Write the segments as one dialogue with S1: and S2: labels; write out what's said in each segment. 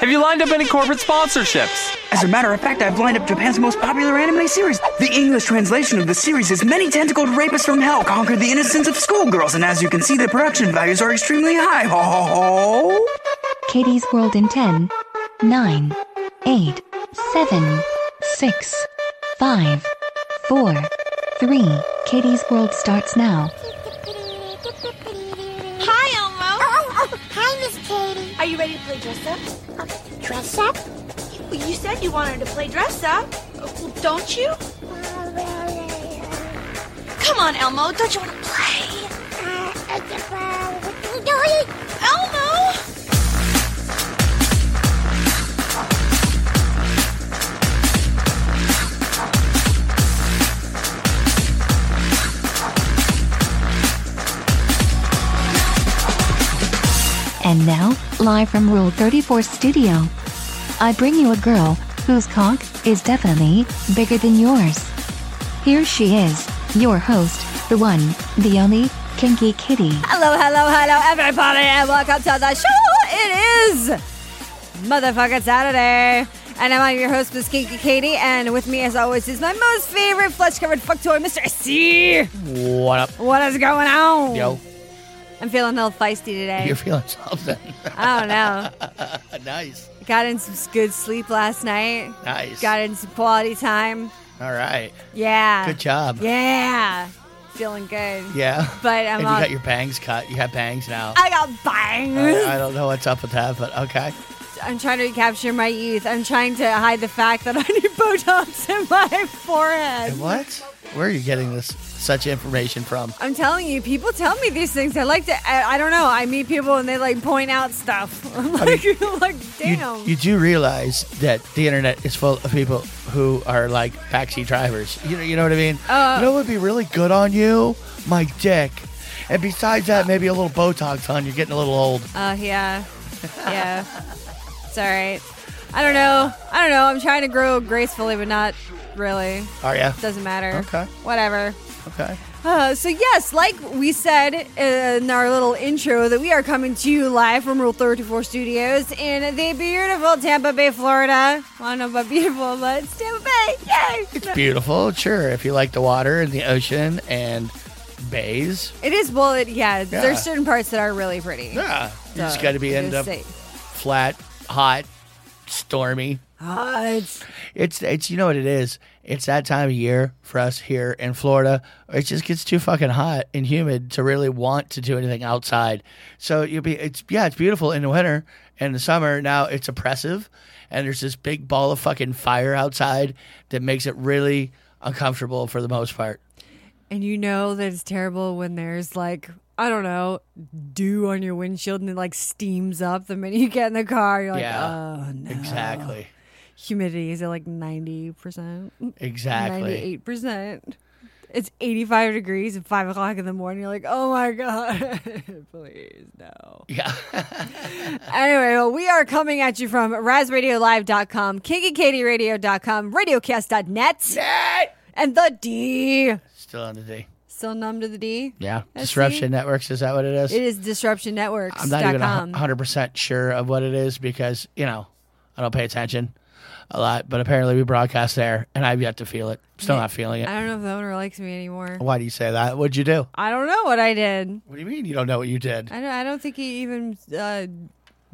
S1: Have you lined up any corporate sponsorships?
S2: As a matter of fact, I've lined up Japan's most popular anime series. The English translation of the series is Many Tentacled Rapists from Hell Conquer the Innocence of Schoolgirls, and as you can see, the production values are extremely high. Ho ho ho!
S3: Katie's World in 10, 9, 8, 7, 6, 5, 4, 3. Katie's World starts now.
S4: Hi, Elmo. Hi, Miss Katie.
S5: Are you ready to play dress up?
S4: oh. Dress up?
S5: Well, you said you wanted to play dress up. Well, don't you?
S4: Uh, well,
S5: Come on, Elmo. Don't you want to play?
S4: uh, uh, uh, uh, what you doing?
S5: Elmo!
S3: And now, live from Rule 34 Studio, I bring you a girl whose cock is definitely bigger than yours. Here she is, your host, the one, the only, Kinky Kitty.
S6: Hello, hello, hello, everybody, and welcome to the show. It is motherfucking Saturday, and I'm your host, Miss Kinky Katie, and with me, as always, is my most favorite flesh-covered fuck toy, Mr. C.
S7: What up,
S6: What is going on?
S7: yo?
S6: I'm feeling a little feisty today.
S7: You're feeling something.
S6: I don't know.
S7: nice,
S6: Got in some good sleep last night.
S7: nice.
S6: Got in some quality time.
S7: All right.
S6: Yeah.
S7: Good job.
S6: Yeah. Feeling good.
S7: Yeah.
S6: But I'm
S7: and you
S6: all-
S7: got your bangs cut. You have bangs now.
S6: I got bangs.
S7: I, I don't know what's up with that, but okay.
S6: I'm trying to recapture my youth. I'm trying to hide the fact that I need Botox in my forehead.
S7: And what? Where are you getting this such information from?
S6: I'm telling you, people tell me these things. I like to. I, I don't know. I meet people and they like point out stuff. I'm like, like,
S7: You-
S6: damn.
S7: You, do realize that the internet is full of people who are like taxi drivers. You know, you know what I mean.
S6: Uh,
S7: you know what would be really good on you, my dick. And besides that, maybe a little Botox on. You're getting a little old.
S6: Oh yeah, yeah. it's all right. I don't know. I don't know. I'm trying to grow gracefully, but not really.
S7: Are you?
S6: Doesn't matter.
S7: Okay.
S6: Whatever.
S7: Okay.
S6: Uh, so yes, like we said uh, in our little intro, that we are coming to you live from Rule 34 Studios in the beautiful Tampa Bay, Florida. I don't know about beautiful, but it's Tampa Bay. Yay!
S7: It's beautiful, sure. If you like the water and the ocean and bays,
S6: It is. Well, it, yeah,
S7: Yeah.
S6: There's certain parts that are really pretty.
S7: yeah, you just
S6: So,
S7: got to be
S6: just
S7: end up
S6: say-
S7: flat, hot, stormy.
S6: Ah, it's-
S7: It's it's you know what it is. It's that time of year for us here in Florida. It just gets too fucking hot and humid to really want to do anything outside. So you'll be it's yeah, it's beautiful in the winter and the summer. Now it's oppressive, and there's this big ball of fucking fire outside that makes it really uncomfortable for the most part.
S6: and you know that it's terrible when there's like I don't know dew on your windshield and it like steams up the minute you get in the car. You're like,
S7: Yeah.
S6: oh no.
S7: Exactly.
S6: Humidity is at like ninety percent.
S7: Exactly.
S6: Ninety-eight percent. It's eighty-five degrees at five o'clock in the morning. You're like, oh my god, please no.
S7: Yeah.
S6: Anyway, well, we are coming at you from RazRadioLive.com, KinkyKatieRadio.com, RadioCast.net, and the D.
S7: Still on the D.
S6: Still numb to the D.
S7: Yeah.
S6: Let's
S7: Disruption
S6: Uh, see.
S7: Networks, is that what it is?
S6: It is DisruptionNetworks.com.
S7: I'm not even a 100% sure of what it is because, you know, I don't pay attention a lot, but apparently we broadcast there and I've yet to feel it. Still not
S6: I
S7: feeling it.
S6: don't know if the owner likes me anymore.
S7: Why do you say that? What'd you do?
S6: I don't know what I did.
S7: What do you mean you don't know what you did?
S6: I don't. I don't think he even uh,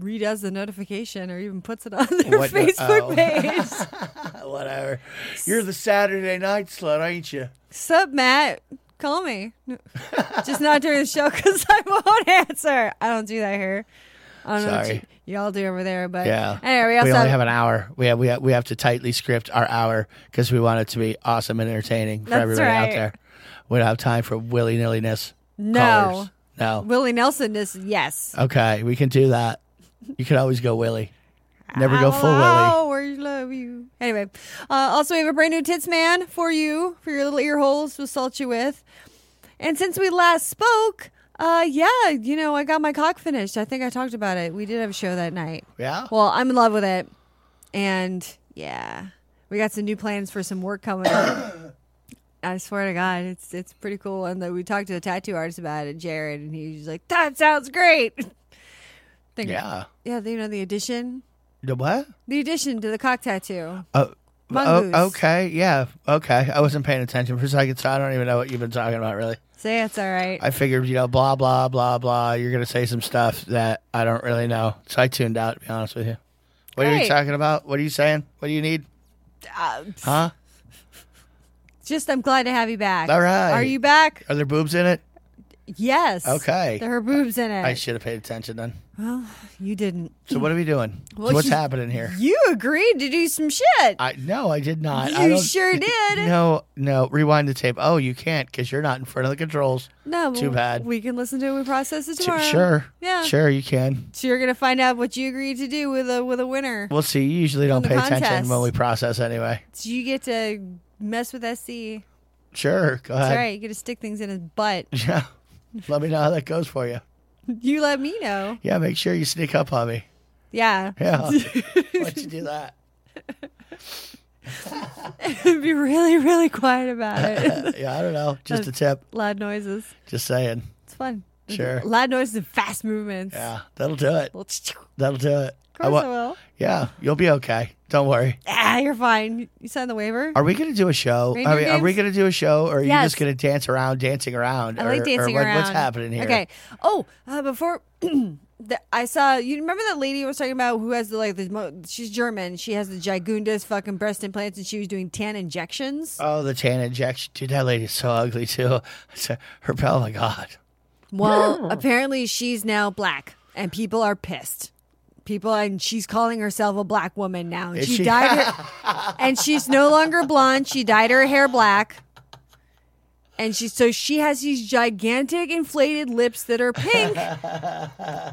S6: redoes the notification or even puts it on their
S7: What the-
S6: Facebook
S7: oh.
S6: page.
S7: Whatever. You're the Saturday night slut, ain't you?
S6: Sup, Matt? Call me. Just not during the show because I won't answer. I don't do that here. I don't know what
S7: Sorry.
S6: you, y'all do over there, but
S7: Yeah.
S6: Anyway, we
S7: we
S6: also
S7: only
S6: have,
S7: have an hour. We have, we have we have to tightly script our hour because we want it to be awesome and entertaining for
S6: That's
S7: everybody out
S6: right.
S7: there. We don't have time for willy nilliness.
S6: No.
S7: callers. no.
S6: Willie Nelson. This yes,
S7: Okay, we can do that. You can always go Willie. Never go full Willy.
S6: Allow or love you. Anyway, uh, also we have a brand new tits man for you for your little ear holes to assault you with. And since we last spoke, uh, yeah, you know I got my cock finished. I think I talked about it. We did have a show that night.
S7: Yeah.
S6: Well, I'm in love with it, and yeah, we got some new plans for some work coming up. I swear to God, it's it's pretty cool. And then we talked to the tattoo artist about it, Jared, and he was like, "That sounds great." Think-
S7: Yeah.
S6: yeah, you know the addition.
S7: The what?
S6: The addition to the cock tattoo.
S7: Oh,
S6: Mongoose.
S7: oh, okay. Yeah. Okay. I wasn't paying attention for a second, so I don't even know what you've been talking about, really.
S6: Say it's all right.
S7: I figured, you know, blah, blah, blah, blah. You're going to say some stuff that I don't really know. So I tuned out, to be honest with you. What are
S6: Great.
S7: you talking about? What are you saying? What do you need?
S6: Uh,
S7: Huh?
S6: Just I'm glad to have you back.
S7: All right.
S6: Are you back?
S7: Are there boobs in it?
S6: Yes.
S7: Okay.
S6: There are boobs in it.
S7: I should have paid attention then.
S6: you didn't.
S7: So what are we doing?
S6: Well,
S7: What's
S6: you-
S7: happening here?
S6: You agreed to do some shit.
S7: I no, I did not. I
S6: you
S7: don't-
S6: sure did.
S7: No, no. Rewind the tape. Oh, you can't because you're not in front of the controls.
S6: No,
S7: Too
S6: but
S7: bad.
S6: We can listen to it. We process it
S7: T-
S6: tomorrow.
S7: Sure.
S6: Yeah.
S7: Sure, you can.
S6: So you're gonna find out what you agreed to do with a with a winner.
S7: We'll see. You usually don't
S6: the
S7: pay attention
S6: contest.
S7: when we process anyway.
S6: So you get to mess with SC.
S7: Sure. Go ahead.
S6: That's right. You get to stick things in his butt.
S7: Yeah. Let me know how that goes for you.
S6: You let me know.
S7: Yeah, make sure you sneak up on me.
S6: Yeah.
S7: Yeah. Once you do that.
S6: Be really really quiet about it.
S7: Yeah, I don't know. Just a tip.
S6: Loud noises.
S7: Just saying.
S6: It's fun.
S7: Sure.
S6: Loud noises and fast movements.
S7: Yeah, that'll do it.
S6: Well, Of
S7: That'll do it.
S6: course I,
S7: wa-
S6: will.
S7: Yeah, you'll be okay. Don't worry.
S6: Ah, you're fine. You signed the waiver.
S7: Are we going to do a show?
S6: Video
S7: Are we, are we
S6: games?
S7: going to do a show or are you
S6: Yes.
S7: just going to dance around, dancing around?
S6: I
S7: or,
S6: like dancing
S7: or what-
S6: around.
S7: What's happening here?
S6: Okay. Oh, uh, before the, I saw you remember that lady I was talking about who has the like the mo- she's German. She has the gigundas fucking breast implants, and she was doing tan injections.
S7: Oh, the tan injection. Dude, that lady's so ugly, too. Her, oh my God. Oh.
S6: Well, apparently she's now black, and people are pissed. People and she's calling herself a black woman now. And
S7: Is
S6: she,
S7: she?
S6: dyed her, and she's no longer blonde. She dyed her hair black, and she so she has these gigantic inflated lips that are pink,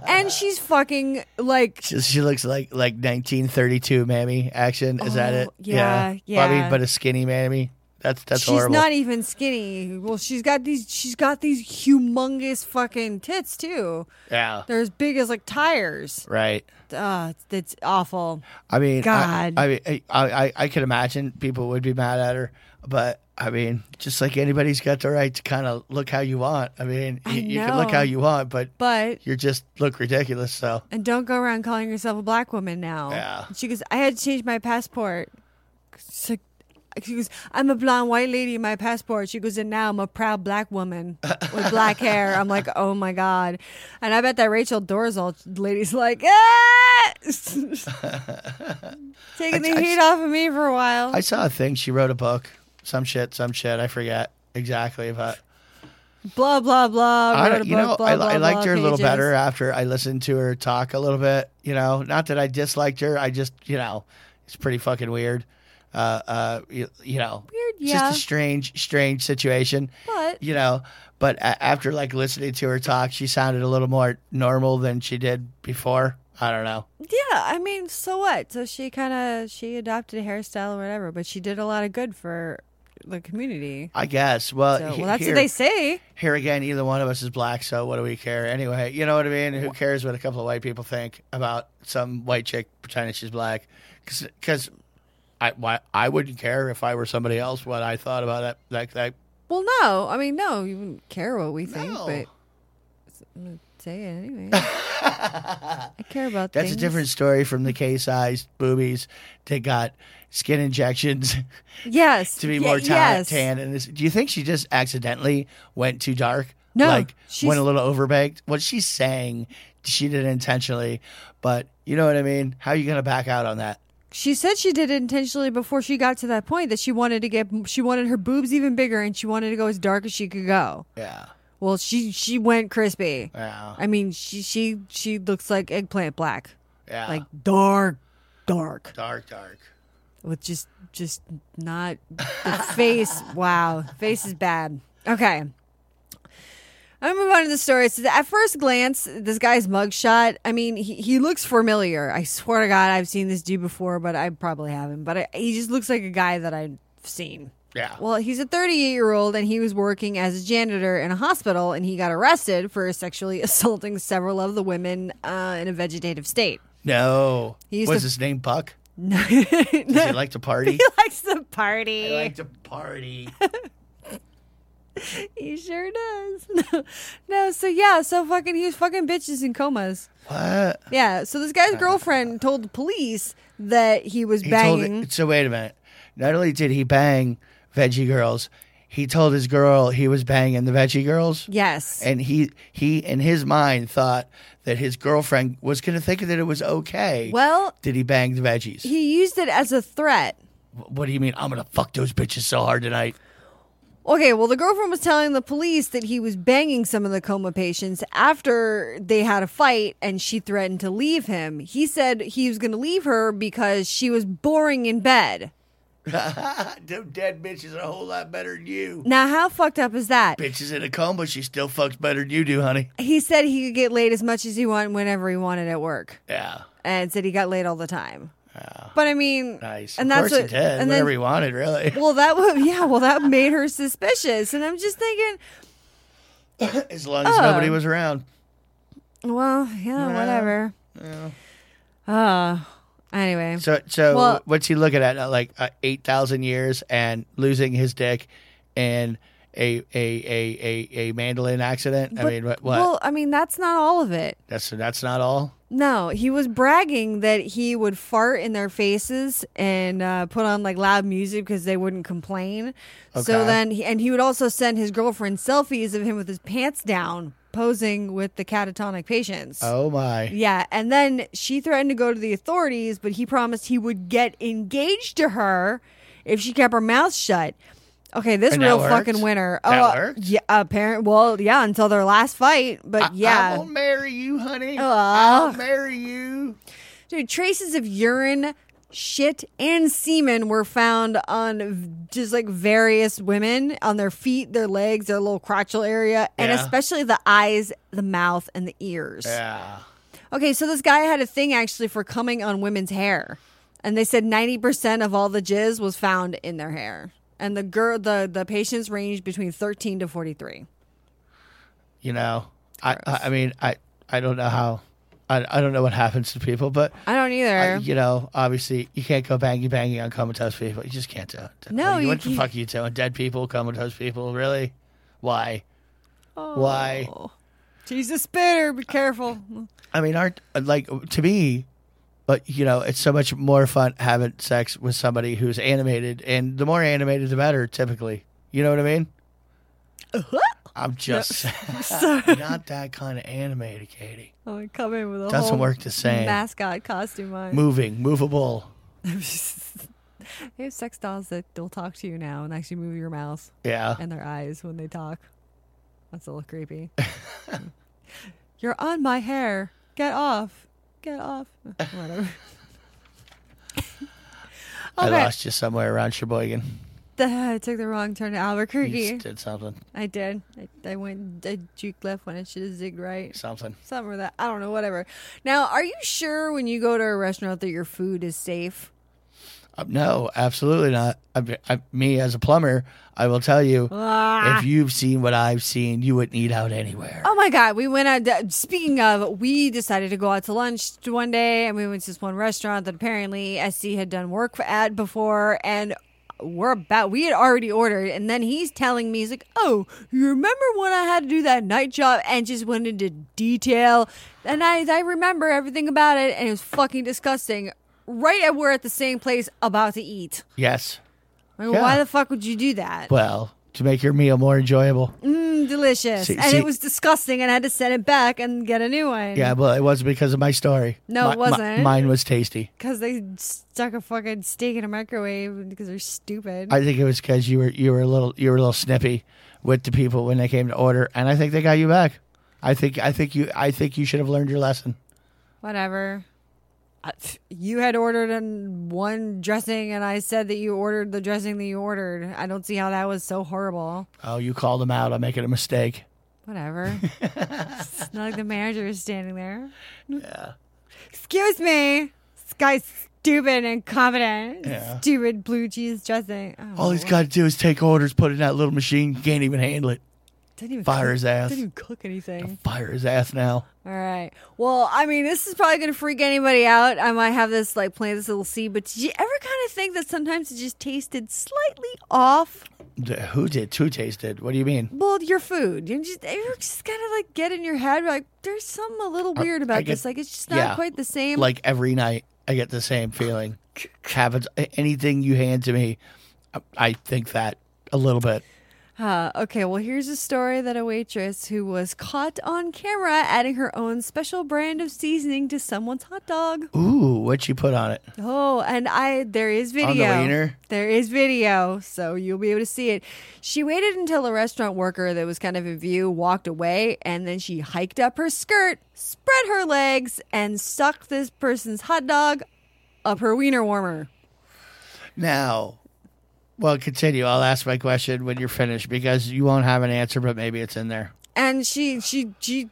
S6: and she's fucking like
S7: She, she looks like like 1932 mammy action. Is that
S6: Oh,
S7: it?
S6: yeah,
S7: Well, I
S6: yeah.
S7: mean, but a skinny mammy. That's that's
S6: she's
S7: horrible.
S6: not e- even skinny. Well, she's got these she's got these humongous fucking tits too.
S7: yeah.
S6: They're as big as like tires.
S7: Right.
S6: Uh, that's awful.
S7: I mean, I-
S6: God.
S7: I, mean, I, I I could imagine people would be mad at her, but I mean, just like anybody's got the right to kind of look how you want. I mean,
S6: I
S7: you, you can
S6: know.
S7: look how you want, but
S6: But
S7: you just look ridiculous. So
S6: And don't go around calling yourself a black woman now.
S7: Yeah.
S6: She goes, I had to change my passport. She's like, she goes, I'm a blonde white lady in my passport. She goes, and now I'm a proud black woman with black hair. I'm like, oh my God. And I bet that Rachel Dorzel lady's like, ah! Taking the
S7: I- I
S6: heat
S7: s-
S6: off of me for a while.
S7: I saw a thing. She wrote a book, some shit, some shit. I forget exactly, but
S6: blah, blah, blah.
S7: I
S6: Wrote
S7: don't,
S6: a
S7: you
S6: book,
S7: know,
S6: blah,
S7: I,
S6: blah,
S7: I liked
S6: blah,
S7: her a little
S6: pages.
S7: better after I listened to her talk a little bit. You know, not that I disliked her. I just, you know, it's pretty fucking weird. Uh, uh, you, you know,
S6: Weird,
S7: It's
S6: yeah.
S7: Just a strange, strange situation.
S6: But-
S7: you know, but a- after like listening to her talk, she sounded a little more normal than she did before. I don't know.
S6: Yeah, I mean, so what? So she kind of she adopted a hairstyle or whatever, but she did a lot of good for the community.
S7: I guess. Well,
S6: So,
S7: Uh, he-
S6: well, that's
S7: here-
S6: what they say.
S7: here again, either one of us is black, so what do we care anyway? You know what I mean? Who cares what a couple of white people think about some white chick pretending she's black? Because I why, I wouldn't care if I were somebody else what I thought about that that, that
S6: Well, no, I mean, no, you wouldn't care what we think,
S7: No.
S6: but I'm gonna say it anyway. I care about
S7: That's
S6: things.
S7: a different story from the K-sized boobies that got skin injections
S6: Yes,
S7: to be
S6: ye-
S7: more tan.
S6: yes.
S7: tan and this, do you think she just accidentally went too dark?
S6: No,
S7: like
S6: she's-
S7: went a little overbaked. What she's saying, she did intentionally, but you know what I mean. How are you going to back out on that?
S6: She said she did it intentionally before she got to that point that she wanted to get she wanted her boobs even bigger and she wanted to go as dark as she could go.
S7: Yeah.
S6: Well, she she went crispy.
S7: Yeah.
S6: I mean, she she she looks like eggplant black.
S7: Yeah.
S6: like dark dark
S7: dark, dark.
S6: with just just not the face wow face is bad okay I'm gonna move on to the story. So at first glance, this guy's mugshot. I mean, he, he looks familiar. I swear to God, I've seen this dude before, but I probably haven't. But I, he just looks like a guy that I've seen.
S7: Yeah.
S6: Well, he's a 38 year old and he was working as a janitor in a hospital and he got arrested for sexually assaulting several of the women uh, in a vegetative state.
S7: No.
S6: He used
S7: Was
S6: to-
S7: his name Buck?
S6: No,
S7: Does he like to party?
S6: he likes to party.
S7: I like to party.
S6: He sure does. No, no, so yeah, so fucking he was fucking bitches in comas.
S7: what?
S6: Yeah, so this guy's girlfriend told the police that he was
S7: Uh. He
S6: banging.
S7: Told, so wait a minute. Not only did he bang veggie girls, he told his girl he was banging the veggie girls.
S6: yes.
S7: And he he in his mind thought that his girlfriend was gonna think that it was okay.
S6: well,
S7: did he bang the veggies?
S6: he used it as a threat.
S7: what do you mean? I'm gonna fuck those bitches so hard tonight.
S6: Okay, well, the girlfriend was telling the police that he was banging some of the coma patients after they had a fight and she threatened to leave him. He said he was going to leave her because she was boring in bed.
S7: Uh, Them dead bitches are a whole lot better than you.
S6: Now, how fucked up is that?
S7: Bitches in a coma, she still fucks better than you do, honey.
S6: He said he could get laid as much as he wanted whenever he wanted at work
S7: Yeah.
S6: and said he got laid all the time. But I mean,
S7: Nice.
S6: And
S7: of
S6: that's
S7: course
S6: what-
S7: he did.
S6: and
S7: Whatever
S6: then-
S7: he wanted, really.
S6: Well, that was yeah. Well, that made her suspicious, and I'm just thinking,
S7: as long
S6: um,
S7: as nobody was around.
S6: well, yeah, whatever. Uh, anyway,
S7: So, so
S6: Well-
S7: what's he looking at? Uh, Like uh, eight thousand years and losing his dick and a a a a, a mandolin accident. I
S6: But-
S7: mean, what? what?
S6: well, I mean, that's not all of it.
S7: that's that's not all.
S6: No, he was bragging that he would fart in their faces and uh, put on like loud music because they wouldn't complain. So
S7: Okay.
S6: then, he, and he would also send his girlfriend selfies of him with his pants down, posing with the catatonic patients.
S7: Oh my!
S6: Yeah, and then she threatened to go to the authorities, but he promised he would get engaged to her if she kept her mouth shut. Okay, this
S7: And that
S6: real
S7: worked?
S6: fucking winner. Oh,
S7: That worked?
S6: yeah, apparent. Well, yeah, until their last fight, but
S7: I
S6: yeah,
S7: will marry you, honey.
S6: Aw.
S7: I'll marry you.
S6: dude, traces of urine, shit, and semen were found on v- just like various women on their feet, their legs, their little crotchal area, and
S7: Yeah.
S6: especially the eyes, the mouth, and the ears.
S7: Yeah.
S6: Okay, so this guy had a thing actually for coming on women's hair, and they said ninety percent of all the jizz was found in their hair, and the girl, the the patients ranged between thirteen to forty three.
S7: You know, I, I I mean I I don't know how I I don't know what happens to people, but.
S6: I don't either.
S7: I- you know, obviously, you can't go bangy bangy on comatose people. You just can't do it.
S6: No,
S7: Like,
S6: you
S7: what the
S6: can't.
S7: fuck are you doing? Dead people, comatose people, really? Why?
S6: Oh.
S7: Why?
S6: Jesus spitter, be careful.
S7: I mean, aren't like to me, but you know, it's so much more fun having sex with somebody who's animated, and the more animated, the better. Typically, you know what I mean?
S6: Uh-huh.
S7: I'm just not that kind of animated, Katie.
S6: I'm gonna Oh, come in with a
S7: Doesn't
S6: whole
S7: work the same.
S6: mascot costume on.
S7: Moving, movable.
S6: They have sex dolls that will talk to you now and actually move your mouth
S7: Yeah.
S6: and their eyes when they talk. That's a little creepy. You're on my hair. Get off. Get off. Whatever.
S7: I
S6: Okay.
S7: lost you somewhere around Sheboygan.
S6: I took the wrong turn to
S7: You
S6: Albuquerque.
S7: just did something.
S6: I did. I, I went, I juked left when I should have zigged right.
S7: Something.
S6: Something or that. I don't know, whatever. Now, are you sure when you go to a restaurant that your food is safe?
S7: Uh, No, absolutely not. I, I, me as a plumber, I will tell you, if you've seen what I've seen, you wouldn't eat out anywhere.
S6: Ah. Oh my God, we went out. To, speaking of, we decided to go out to lunch one day and we went to this one restaurant that apparently SC had done work at before. And we're about, we had already ordered. And then he's telling me, he's like, Oh, you remember when I had to do that night job and just went into detail? And I, I remember everything about it and it was fucking disgusting. Right at we're at the same place about to eat.
S7: Yes.
S6: I mean, Why
S7: Yeah.
S6: the fuck would you do that?
S7: Well, to make your meal more enjoyable.
S6: Mm, delicious.
S7: See-
S6: and
S7: see-
S6: it was disgusting and I had to send it back and get a new one.
S7: Yeah, well, it wasn't because of my story.
S6: No, it
S7: Mi- mi-
S6: wasn't.
S7: mine was tasty.
S6: Because they stuck a fucking steak in a microwave because they're stupid.
S7: I think it was because you were you were a little you were a little snippy with the people when they came to order, and I think they got you back. I think I think you I think you should have learned your lesson.
S6: Whatever. I- pff, You had ordered an, one dressing, and I said that you ordered the dressing that you ordered. I don't see how that was so horrible.
S7: Oh, you called them out on making a mistake.
S6: whatever. it's not like the manager is standing there. Excuse me. This guy's stupid and confident.
S7: Yeah.
S6: Stupid blue jeans dressing. Oh,
S7: All he's got to do is take orders, put it in that little machine. Can't even handle it.
S6: didn't even
S7: fire
S6: cook-
S7: his ass.
S6: Didn't even cook anything.
S7: Fire his ass now.
S6: All right. Well, I mean, this is probably gonna freak anybody out. I might have this like plant this little seed, but did you ever kind of think that sometimes it just tasted slightly off?
S7: D- Who did? Who tasted? What do you mean?
S6: Well, your food. You just you just kind of like get in your head like there's something a little weird
S7: I
S6: about
S7: get-
S6: this. Like it's just not
S7: yeah.
S6: quite the same.
S7: Like every night, I get the same feeling. Happens. Anything you hand to me, I- I think that a little bit.
S6: Uh, okay, well, here's a story that a waitress who was caught on camera adding her own special brand of seasoning to someone's hot dog.
S7: Ooh, what you put on it?
S6: Oh, and I there is video.
S7: wiener?
S6: There is video, so you'll be able to see it. She waited until a restaurant worker that was kind of in view walked away, and then she hiked up her skirt, spread her legs, and sucked this person's hot dog up her wiener warmer.
S7: Now, well, continue. I'll ask my question when you're finished because you won't have an answer, but maybe it's in there.
S6: And she she she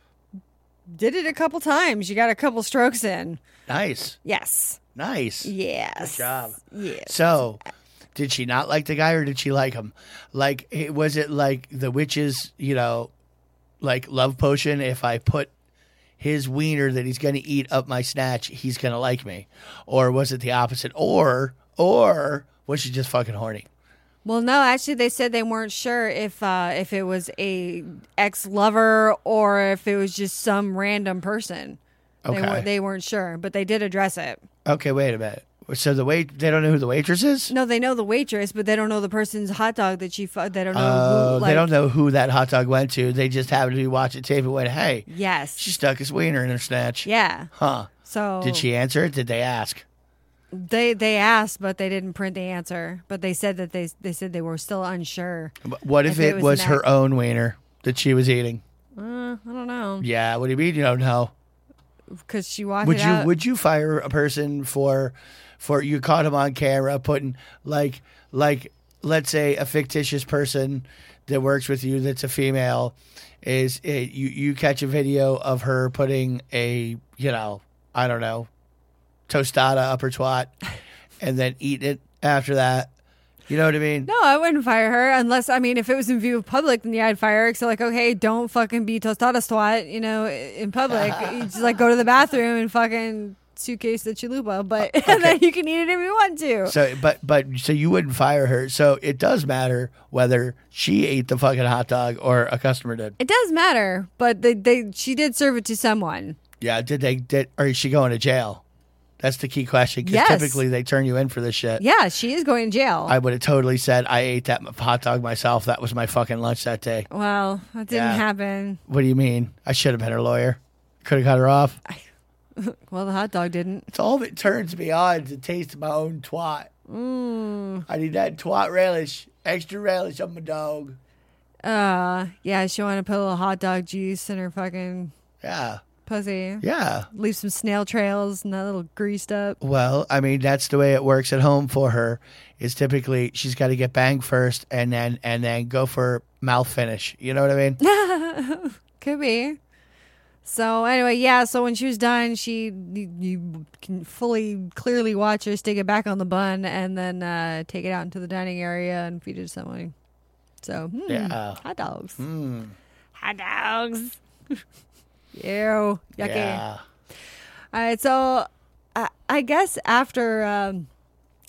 S6: did it a couple times. She got a couple strokes in.
S7: Nice,
S6: Yes.
S7: nice.
S6: Yes.
S7: job.
S6: Yes.
S7: So, did she not like the guy or did she like him? Like, it, was it like the witch's, you know, like love potion? If I put his wiener that he's going to eat up my snatch, he's going to like me. Or was it the opposite? Or, or was she just fucking horny?
S6: Well, no, actually, they said they weren't sure if uh, if it was a ex lover or if it was just some random person. They,
S7: Okay.
S6: were, they weren't sure, but they did address it.
S7: Okay, wait a minute. So the wait, they don't know who the waitress is?
S6: No, they know the waitress, but they don't know the person's hot dog that she. Fu- they don't know.
S7: Oh,
S6: who, like,
S7: they don't know who that hot dog went to. They just happened to be watching tape and went, hey,
S6: Yes.
S7: she stuck his wiener in her snatch.
S6: yeah.
S7: Huh.
S6: So
S7: Did she answer it? Did they ask?
S6: They they asked, but they didn't print the answer. But they said that they they said they were still unsure.
S7: What if, it, was,
S6: an
S7: her
S6: act-
S7: own wiener that she was eating?
S6: Uh, I don't know
S7: Yeah, what do you mean you don't know?
S6: because she walked
S7: Would
S6: it
S7: you
S6: out.
S7: would you fire a person for for you caught him on camera putting like like let's say a fictitious person that works with you that's a female is eh, you you catch a video of her putting a you know I don't know tostada up her twat and then eat it after that you know what I mean
S6: No, Oh, I wouldn't fire her unless I mean if it was in view of public, then yeah, I'd fire her. So like, okay, don't fucking be tostada swat, you know, in public. you just like go to the bathroom and fucking suitcase the chalupa, but and then you can eat it if you want to.
S7: So, but but so you wouldn't fire her. So it does matter whether she ate the fucking hot dog or a customer did.
S6: it does matter, but they, they she did serve it to someone.
S7: Yeah, did they? Did or is she going to jail? That's the key question. Because
S6: Yes.
S7: typically they turn you in for this shit.
S6: Yeah, she is going to jail.
S7: I would have totally said I ate that m- hot dog myself. That was my fucking lunch that day.
S6: Oh. well, that didn't
S7: Yeah.
S6: happen.
S7: What do you mean? I should have been her lawyer. Could have cut her off.
S6: Well, the hot dog didn't.
S7: It's all that turns me on to taste of my own twat.
S6: Mm.
S7: I need that twat relish, extra relish on my dog.
S6: Uh, yeah, she wanted to put a little hot dog juice in her fucking
S7: Yeah,
S6: pussy.
S7: yeah.
S6: Leave some snail trails and that little greased up.
S7: Well, I mean, that's the way it works at home for her. Is typically she's got to get banged first, and then and then go for mouth finish. You know what I mean?
S6: Could be. So anyway, yeah. So when she was done, she you, you can fully clearly watch her stick it back on the bun and then uh, take it out into the dining area and feed it to someone. So hmm,
S7: Yeah. Hmm.
S6: hot dogs, hot dogs. Ew, yucky.
S7: Yeah.
S6: All right, so I, I guess after um,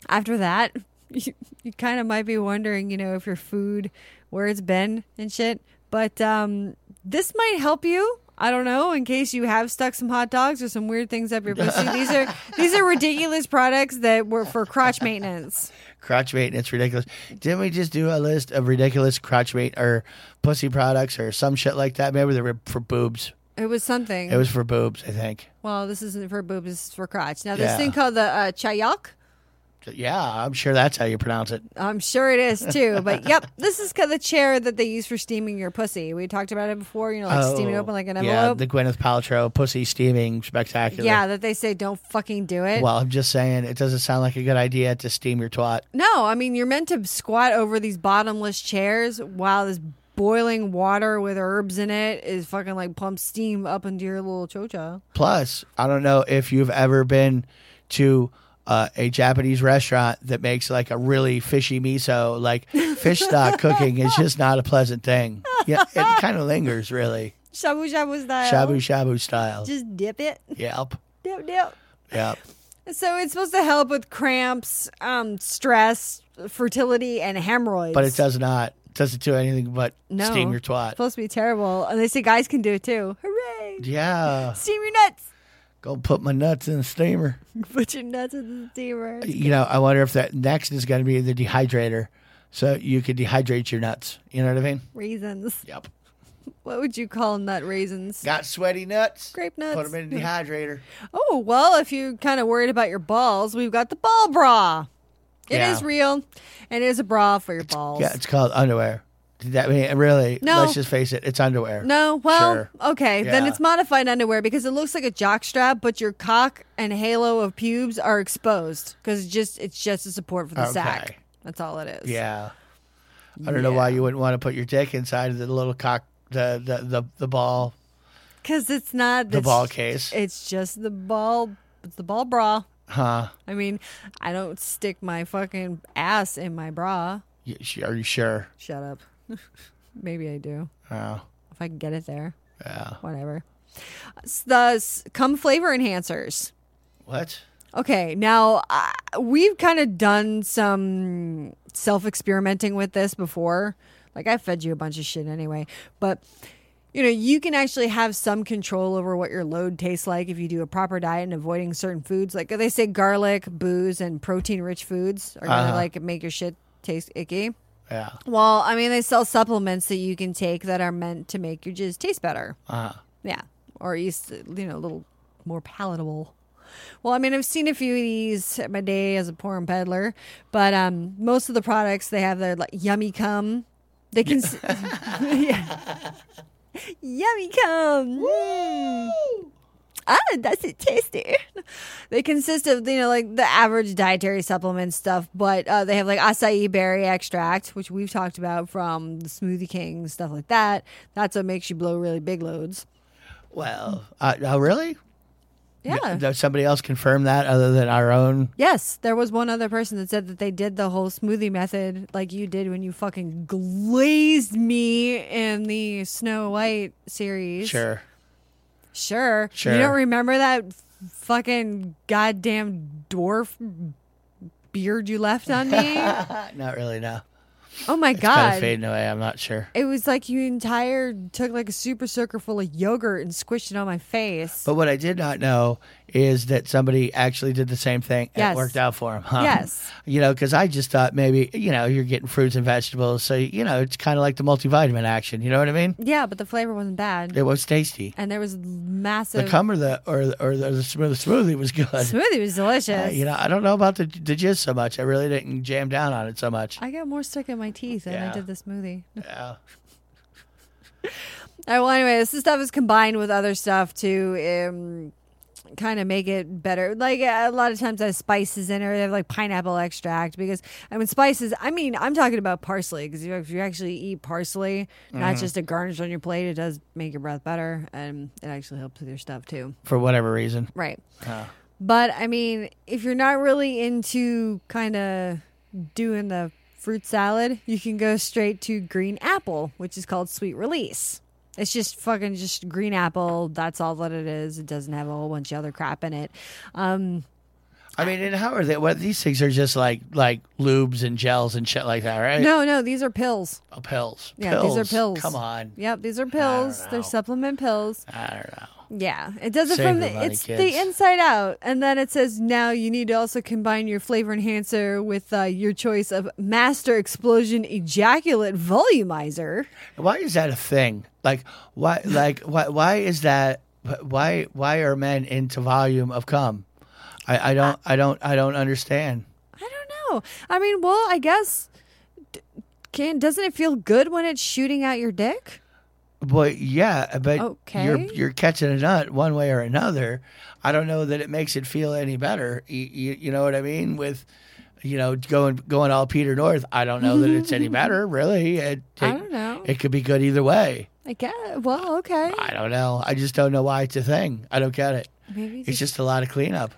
S6: after that, you, you kind of might be wondering, you know, if your food where it's been and shit. But um, this might help you. I don't know. In case you have stuck some hot dogs or some weird things up your pussy, these are these are ridiculous products that were for crotch maintenance.
S7: Crotch maintenance, ridiculous. Didn't we just do a list of ridiculous crotch mate or pussy products or some shit like that? Maybe they were for boobs.
S6: It was something.
S7: It was for boobs, I think.
S6: well, this isn't for boobs. This is for crotch. Now this
S7: Yeah.
S6: thing called the uh, chayak.
S7: Yeah, I'm sure that's how you pronounce it.
S6: I'm sure it is too. But yep, this is kind of the chair that they use for steaming your pussy. We talked about it before, you know, Oh, like steaming it open like an
S7: Oh, Yeah,
S6: envelope.
S7: the
S6: Yeah,
S7: Gwyneth Paltrow pussy steaming spectacular.
S6: that they say don't fucking do it.
S7: Well, I'm just saying it doesn't sound like a good idea to steam your twat.
S6: no, I mean you're meant to squat over these bottomless chairs while this boiling water with herbs in it is fucking like pumps steam up into your little chocha.
S7: Plus, I don't know if you've ever been to uh, a Japanese restaurant that makes like a really fishy miso. Like fish stock cooking is just not a pleasant thing. Yeah, it kind of lingers, really.
S6: Shabu shabu style.
S7: Shabu shabu style.
S6: Just dip it.
S7: Yep.
S6: Dip dip.
S7: Yep.
S6: So it's supposed to help with cramps, um, stress, fertility, and hemorrhoids.
S7: But it does not. Doesn't do anything but
S6: No.
S7: steam your
S6: It's
S7: twat.
S6: supposed to be terrible, and they say guys can do it too. Hooray!
S7: Yeah.
S6: Steam your nuts.
S7: Go put my nuts in the steamer.
S6: Put your nuts in the steamer.
S7: You know, I wonder if that next is going to be the dehydrator. So you could dehydrate your nuts. You know what I mean?
S6: Raisins.
S7: Yep.
S6: What would you call nut raisins?
S7: Got sweaty nuts.
S6: Grape
S7: Put
S6: nuts.
S7: them in the dehydrator.
S6: Oh, well, if you're kind of worried about your balls, we've got the ball bra. It is
S7: Yeah.
S6: real, and it is a bra for your balls.
S7: Yeah, it's called underwear. Did that mean really?
S6: No.
S7: Let's just face it. It's underwear.
S6: no, well,
S7: Sure.
S6: okay, then
S7: Yeah.
S6: it's modified underwear because it looks like a jockstrap, but your cock and halo of pubes are exposed because just it's just a support for the
S7: Okay.
S6: sack. That's all it is.
S7: Yeah. I don't know why you wouldn't want to put your dick inside of the little cock, the the the, the ball,
S6: because it's not
S7: the
S6: it's-
S7: ball case,
S6: It's just the ball, it's the ball bra.
S7: huh?
S6: I mean, I don't stick my fucking ass in my bra.
S7: You- sh- Are you sure?
S6: Shut up. Maybe I do.
S7: Oh,
S6: If I can get it there,
S7: yeah.
S6: whatever. S- The s- cum flavor enhancers.
S7: What?
S6: Okay, now uh, we've kind of done some self experimenting with this before. Like I fed you a bunch of shit anyway, but you know you can actually have some control over what your load tastes like if you do a proper diet and avoiding certain foods. Like they say, garlic, booze, and protein rich foods are gonna like make your shit taste icky.
S7: Yeah.
S6: Well, I mean, they sell supplements that you can take that are meant to make your jizz taste better.
S7: Uh,
S6: Yeah. Or at least, you know, a little more palatable. Well, I mean, I've seen a few of these at my day as a porn peddler, but um, most of the products they have their like yummy cum. They can. s- Yeah. Yummy cum. Mm. Ah, that's it tasty. They consist of, you know, like the average dietary supplement stuff, but uh, they have like acai berry extract, which we've talked about from the Smoothie King, stuff like that. That's what makes you blow really big loads.
S7: well, uh, oh, really?
S6: Yeah.
S7: Does somebody else confirm that other than our own?
S6: Yes, there was one other person that said that they did the whole smoothie method like you did when you fucking glazed me in the Snow White series.
S7: Sure.
S6: Sure.
S7: Sure.
S6: You don't remember that fucking goddamn dwarf beard you left on me?
S7: Uh, Not really. No.
S6: oh my
S7: Kind of
S6: god.
S7: fading away. I'm not sure.
S6: It was like you entire took like a super soaker full of yogurt and squished it on my face.
S7: But what I did not know is that somebody actually did the same thing and
S6: Yes.
S7: it worked out for him. Huh?
S6: Yes.
S7: You know, because I just thought maybe, you know, you're getting fruits and vegetables. So, you know, it's kind of like the multivitamin action. You know what I mean?
S6: yeah, but the flavor wasn't bad.
S7: It was tasty.
S6: and there was massive
S7: The cum or the, or, or the, the smooth- the smoothie was good.
S6: smoothie was delicious.
S7: Uh, you know, I don't know about the, the jizz so much. I really didn't jam down on it so much.
S6: I got more stuck in my teeth than I
S7: Yeah.
S6: did the smoothie. All
S7: Yeah.
S6: right. Well, anyway, this stuff is combined with other stuff to um, kind of make it better. Like a lot of times, I have spices in there. They have like pineapple extract because I mean spices. I mean, I'm talking about parsley because if you actually eat parsley, not just a garnish on your plate, it does make your breath better and it actually helps with your stuff too.
S7: For whatever reason.
S6: Right. But I mean, if you're not really into kind of doing the fruit salad, you can go straight to green apple, which is called sweet release. It's just fucking just green apple. That's all that it is. It doesn't have a whole bunch of other crap in it. Um,
S7: I mean, and how are they? What these things are just like like lubes and gels and shit like that, right?
S6: no, no, these are pills.
S7: Oh, pills.
S6: Yeah, these are pills.
S7: Come on.
S6: Yep, these are pills. They're
S7: know.
S6: supplement pills.
S7: I don't know.
S6: Yeah, it does it
S7: Save
S6: from
S7: the
S6: the,
S7: money,
S6: it's
S7: kids.
S6: the inside out, and then it says now you need to also combine your flavor enhancer with uh, your choice of Master Explosion Ejaculate Volumizer.
S7: Why is that a thing? Like why like why why is that why why are men into volume of cum? I, I don't I don't I don't understand.
S6: I don't know. I mean, well, I guess d- can doesn't it feel good when it's shooting out your dick?
S7: But yeah, but you're
S6: Okay.
S7: you're catching a nut one way or another. I don't know that it makes it feel any better. You, you, you know what I mean? With you know going going all Peter North, I don't know that it's any better. Really, it,
S6: I don't know.
S7: It could be good either way.
S6: I guess. Well, okay.
S7: I don't know. I just don't know why it's a thing. I don't get it.
S6: Maybe
S7: It's just a lot of cleanup.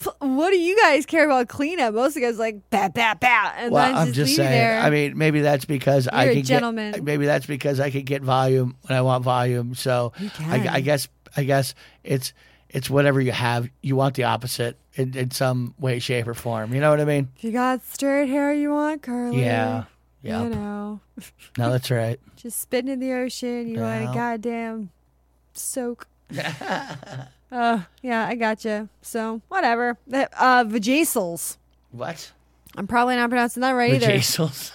S6: Pl- What do you guys care about cleanup? Most of you guys like bat bat bat, and
S7: Well,
S6: then
S7: I'm
S6: just,
S7: just
S6: leave
S7: saying.
S6: you there.
S7: I mean, maybe that's because I
S6: You're a
S7: can
S6: gentleman.
S7: get. Maybe that's because I can get volume when I want volume. So
S6: can.
S7: I, I guess I guess it's it's whatever you have. You want the opposite in, in some way, shape, or form. You know what I mean?
S6: if you got straight hair, you want curly.
S7: Yeah. Yeah.
S6: Oh, You know,
S7: No, that's right.
S6: just spitting in the ocean. You want
S7: Yeah.
S6: to goddamn soak. Oh, yeah, I gotcha. So, whatever. That- Uh, Vajasals.
S7: What?
S6: I'm probably not pronouncing that right either.
S7: Vajaycels.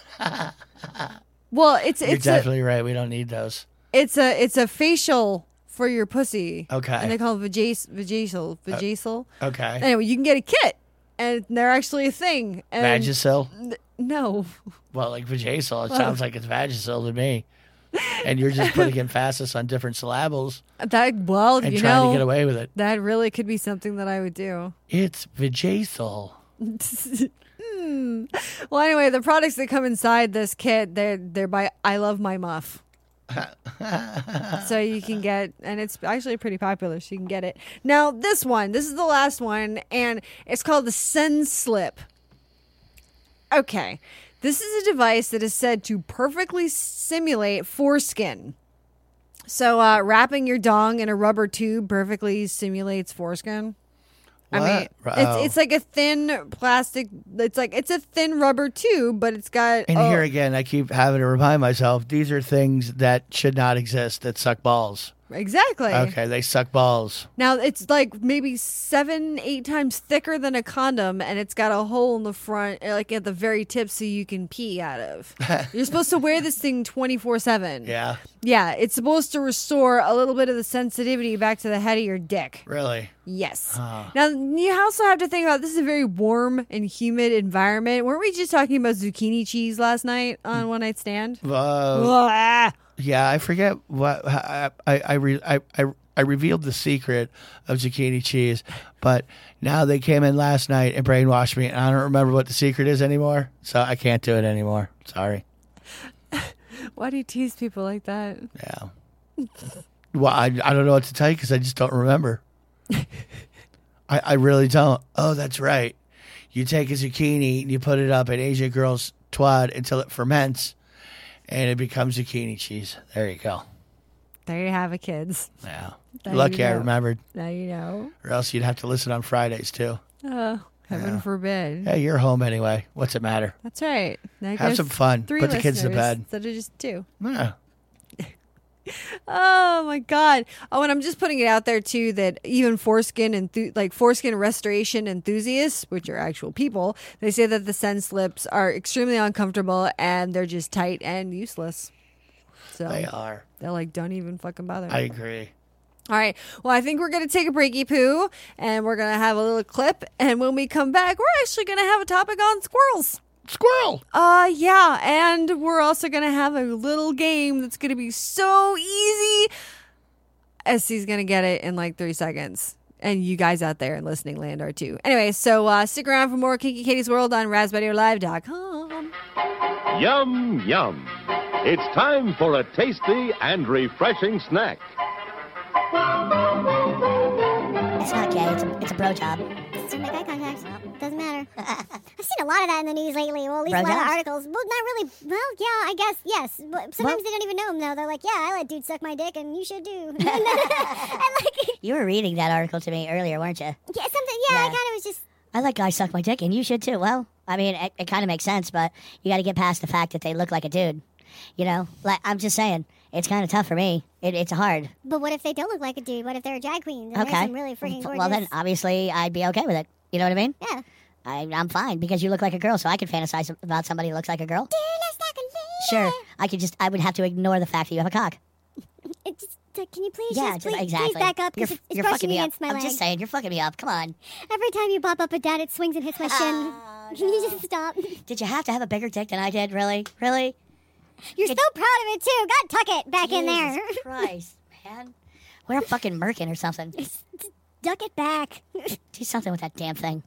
S6: Well, it's
S7: You're
S6: it's a,
S7: definitely right. We don't need those.
S6: It's a it's a facial for your pussy.
S7: Okay. Uh,
S6: And they call it vajas- vajacial. Vajacial.
S7: Okay.
S6: Anyway, you can get a kit, and they're actually a thing. And
S7: Vagisil.
S6: No.
S7: Well, like Vajasil, it sounds like it's Vagisil to me. And you're just putting emphasis on different syllables
S6: That well,
S7: and
S6: you
S7: trying to get
S6: know,
S7: away with it.
S6: that really could be something that I would do.
S7: It's Vajasil.
S6: Well, anyway, the products that come inside this kit, they're they're by I Love My Muff. so you can get, and it's actually pretty popular. So you can get it now. This one, this is the last one, and it's called the Sun Slip. Okay, this is a device that is said to perfectly simulate foreskin. So uh, wrapping your dong in a rubber tube perfectly simulates foreskin. I mean,
S7: What? Oh.
S6: it's, it's like a thin plastic. It's like it's a thin rubber tube, but it's got.
S7: And
S6: oh,
S7: here again, I keep having to remind myself these are things that should not exist that suck balls.
S6: exactly.
S7: Okay, they suck balls.
S6: Now it's like maybe seven, eight times thicker than a condom, and it's got a hole in the front, uh, like at the very tip, so you can pee out of. You're supposed to wear this thing twenty four seven.
S7: Yeah,
S6: Yeah, it's supposed to restore a little bit of the sensitivity back to the head of your dick.
S7: really.
S6: Yes. Now you also have to think about this is a very warm and humid environment. Weren't we just talking about zucchini cheese last night on One Night Stand?
S7: Uh,
S6: Blah.
S7: yeah, I forget what I I I, re, I I I revealed the secret of zucchini cheese, but now they came in last night and brainwashed me, and I don't remember what the secret is anymore, so I can't do it anymore. Sorry.
S6: Why do you tease people like that?
S7: Yeah. Well, I, I don't know what to tell you because I just don't remember. I, I really don't. Oh, that's right. You take a zucchini and you put it up an Asian girl's twad until it ferments and it becomes zucchini cheese. There you go.
S6: There you have it, kids.
S7: Yeah.
S6: There
S7: Lucky
S6: you
S7: I
S6: go.
S7: remembered,
S6: Now you know.
S7: or else you'd have to listen on Fridays too.
S6: Oh, heaven forbid.
S7: Hey, you're home anyway. What's it matter?
S6: That's right. Now
S7: Have
S6: there's
S7: some fun.
S6: Three
S7: Put the kids to
S6: listeners
S7: bed.
S6: Instead of just two.
S7: Yeah.
S6: Oh my god! Oh, and I'm just putting it out there too that even foreskin and like foreskin restoration enthusiasts, which are actual people, they say that the sun slips are extremely uncomfortable and they're just tight and useless. So
S7: They are.
S6: they're like, don't even fucking bother.
S7: I agree.
S6: All right. Well, I think we're going to take a breaky poo and we're going to have a little clip. And when we come back, we're actually going to have a topic on squirrels.
S7: Squirrel.
S6: Uh, yeah. And we're also going to have a little game that's going to be so easy. SC's going to get it in like three seconds. And you guys out there in listening land are too. Anyway, so uh, stick around for more Kinky Katie's World on RazBuddyOlive.com.
S8: Yum, yum. It's time for a tasty and refreshing snack.
S4: It's not gay. It's a, it's a bro job. Still make eye contact. Doesn't matter. I've seen a lot of that in the news lately. Well, at least a lot of articles. Well, not really. Well, yeah, I guess yes. But sometimes they don't even know them though. They're like, yeah, I let dudes suck my dick, and you should do. and like,
S9: You were reading that article to me earlier, weren't you?
S4: yeah, something. Yeah,
S9: Yeah.
S4: I kind of was just.
S9: I let guys suck my dick, and you should too. Well, I mean, it, it kind of makes sense, but you got to get past the fact that they look like a dude. You know, like I'm just saying, it's kind of tough for me. It, it's hard.
S4: But what if they don't look like a dude? What if they're a drag queen? And
S9: okay.
S4: There's some really freaking gorgeous.
S9: well, then uh obviously I'd be okay with it. You know what I mean?
S4: Yeah.
S9: I, I'm fine because you look like a girl, so I could fantasize about somebody who looks like a girl. Sure, I could just I would have to ignore the fact that you have a cock.
S4: It just, uh, can you please
S9: yeah,
S4: just
S9: just,
S4: please,
S9: exactly.
S4: please back up
S9: You're,
S4: because it's,
S9: f-
S4: it's
S9: you're
S4: brushing
S9: fucking me
S4: against
S9: up.
S4: my
S9: I'm
S4: leg.
S9: just saying, you're fucking me up. Come on.
S4: Every time you bop up and down, it swings
S9: Oh,
S4: and hits my shin. Can you just stop?
S9: Did you have to have a bigger dick than I did? Really? Really?
S4: You're so proud of it too. God, tuck it back in
S9: Jesus
S4: there.
S9: Christ, man. Wear a fucking merkin or something.
S4: Duck it back.
S9: Do something with that damn thing.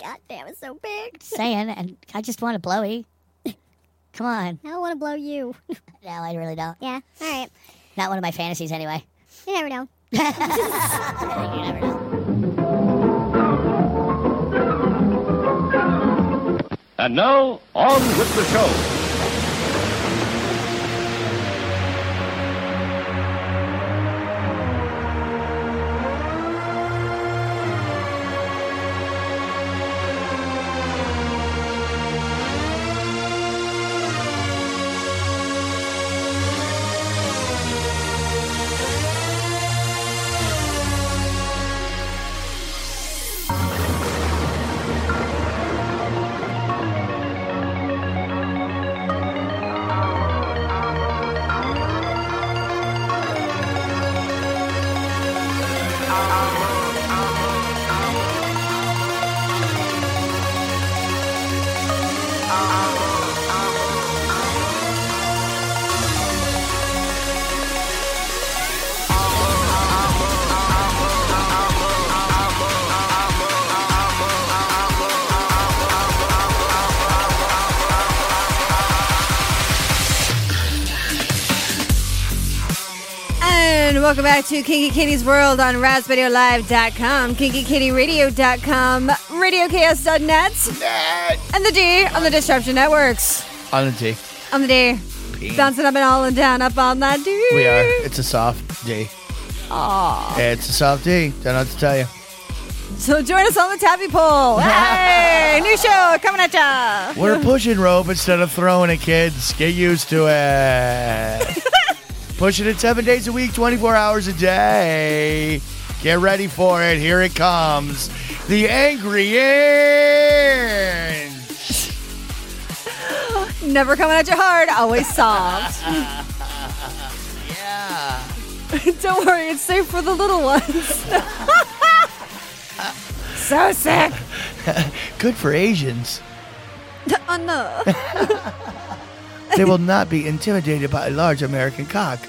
S4: God damn, it's so big.
S9: Saying, and I just want a blowy. Come on.
S4: I don't want to blow you.
S9: No, I really don't.
S4: Yeah. All right.
S9: Not one of my fantasies, anyway.
S4: You never know.
S9: You never know.
S8: And now, on with the show.
S6: And welcome back to Kinky Kitty's World on RazRadioLive.com, KinkyKittyRadio.com, RadioKS.net, and the D on the Disruption Networks.
S7: On the D.
S6: On the D. Bouncing up and all and down, up on that D.
S7: We are. It's a soft D.
S6: Aw.
S7: It's a soft D. Don't know what to tell you.
S6: So join us on the Tappy Poll. Hey, new show coming at ya.
S7: We're pushing rope instead of throwing it, kids. Get used to it. pushing it seven days a week, 24 hours a day. Get ready for it. Here it comes. The Angry Inch.
S6: Never coming at you hard, always soft.
S7: yeah.
S6: Don't worry, it's safe for the little ones. so sick.
S7: Good for Asians.
S6: Oh no.
S7: They will not be intimidated by a large American cock.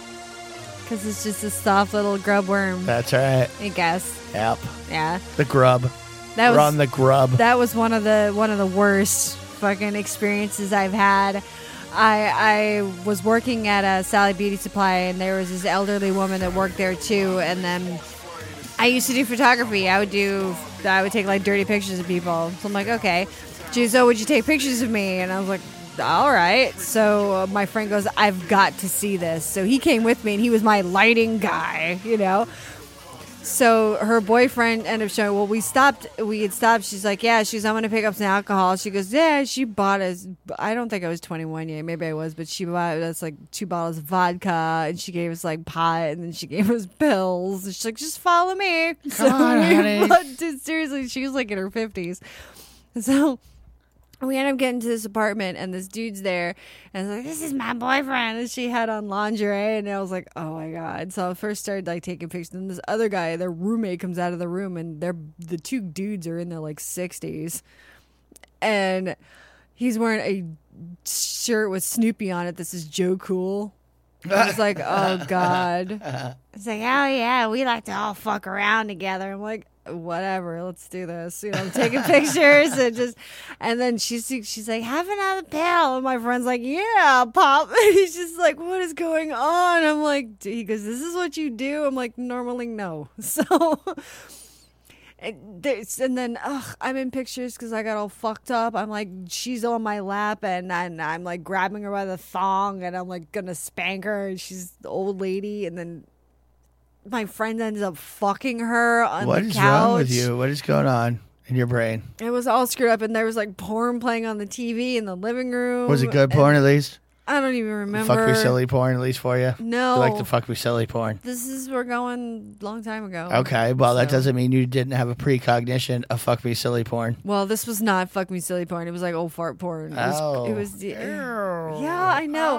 S6: Because it's just a soft little grub worm,
S7: That's right.
S6: I guess.
S7: Yep.
S6: Yeah.
S7: The grub.
S6: That
S7: We're on
S6: was
S7: the grub.
S6: that was one of the one of the worst fucking experiences I've had. I I was working at a Sally Beauty Supply and there was this elderly woman that worked there too and then I used to do photography. I would do I would take like dirty pictures of people. So I'm like, okay. She goes, oh, would you take pictures of me? And I was like, all right. So uh, my friend goes, I've got to see this. So he came with me and he was my lighting guy, you know. So her boyfriend ended up showing. Well, we stopped. We had stopped. She's like, "Yeah." She's, "I'm gonna pick up some alcohol." She goes, "Yeah." She bought us. I don't think I was 21 yet. Maybe I was, but she bought us like two bottles of vodka, and she gave us like pot, and then she gave us pills. And she's like, "Just follow me." so
S7: on,
S6: we
S7: honey.
S6: bought- dude, seriously, she was like in her 50s. So we end up getting to this apartment and this dude's there and I was like, This is my boyfriend and she had on lingerie and I was like, Oh my god. So I first started like taking pictures and this other guy, their roommate comes out of the room and they're the two dudes are in their like sixties and he's wearing a shirt with Snoopy on it This is Joe Cool. And I was like, Oh God. It's like, oh yeah, we like to all fuck around together. I'm like, whatever, let's do this. You know, I'm taking pictures and just, and then she's she's like, have another pill. And my friend's like, yeah, pop. And he's just like, what is going on? I'm like, he goes, this is what you do. I'm like, normally no. So. And, there's, and then ugh, I'm in pictures because I got all fucked up. I'm like, she's on my lap, and, and I'm like grabbing her by the thong, and I'm like gonna spank her. And she's the old lady, and then my friend ends up fucking her on
S7: What
S6: the
S7: is
S6: couch.
S7: wrong with you? What is going on in your brain?
S6: It was all screwed up, and there was like porn playing on the TV in the living room.
S7: Was it good porn at least?
S6: I don't even uh, remember.
S7: Fuck me silly porn at least for you.
S6: No.
S7: You like the fuck me silly porn.
S6: This is we're going long time ago.
S7: Okay, well that
S6: So-
S7: doesn't mean you didn't have a precognition of fuck me silly porn.
S6: Well, this was not fuck me silly porn. It was like old fart porn. It was, it
S7: Oh.
S6: was the, yeah, I know.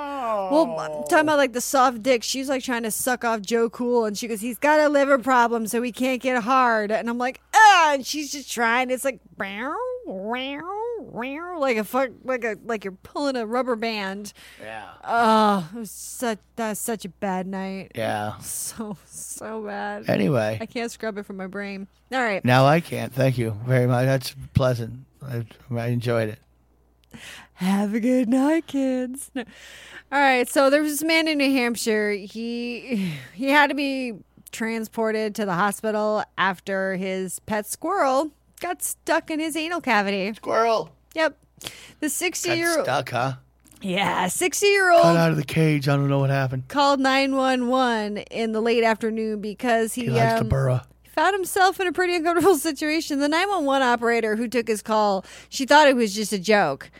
S6: Well, I'm talking about like the soft dick. She's like trying to suck off Joe Cool, and she goes, "He's got a liver problem, so he can't get hard." And I'm like, ah, and she's just trying. It's like, wow, wow, wow, like a fuck, like a like you're pulling a rubber band.
S7: Yeah.
S6: Oh, it was such that's such a bad night.
S7: Yeah.
S6: So so bad. I
S7: Anyway,
S6: can't scrub it from my brain. All right.
S7: now I can't. Thank you very much. That's pleasant. I, I enjoyed it.
S6: Have a good night, kids. No. All right, so there was this man in New Hampshire. He he had to be transported to the hospital after his pet squirrel got stuck in his anal cavity.
S7: Squirrel.
S6: Yep. The 60 year
S7: Got stuck, huh?
S6: Yeah, 60 year
S7: Got
S6: old
S7: out of the cage. I don't know what happened.
S6: called 911 in the late afternoon because he,
S7: He likes to
S6: um,
S7: burrow.
S6: found himself in a pretty uncomfortable situation. The 911 operator who took his call, she thought it was just a joke.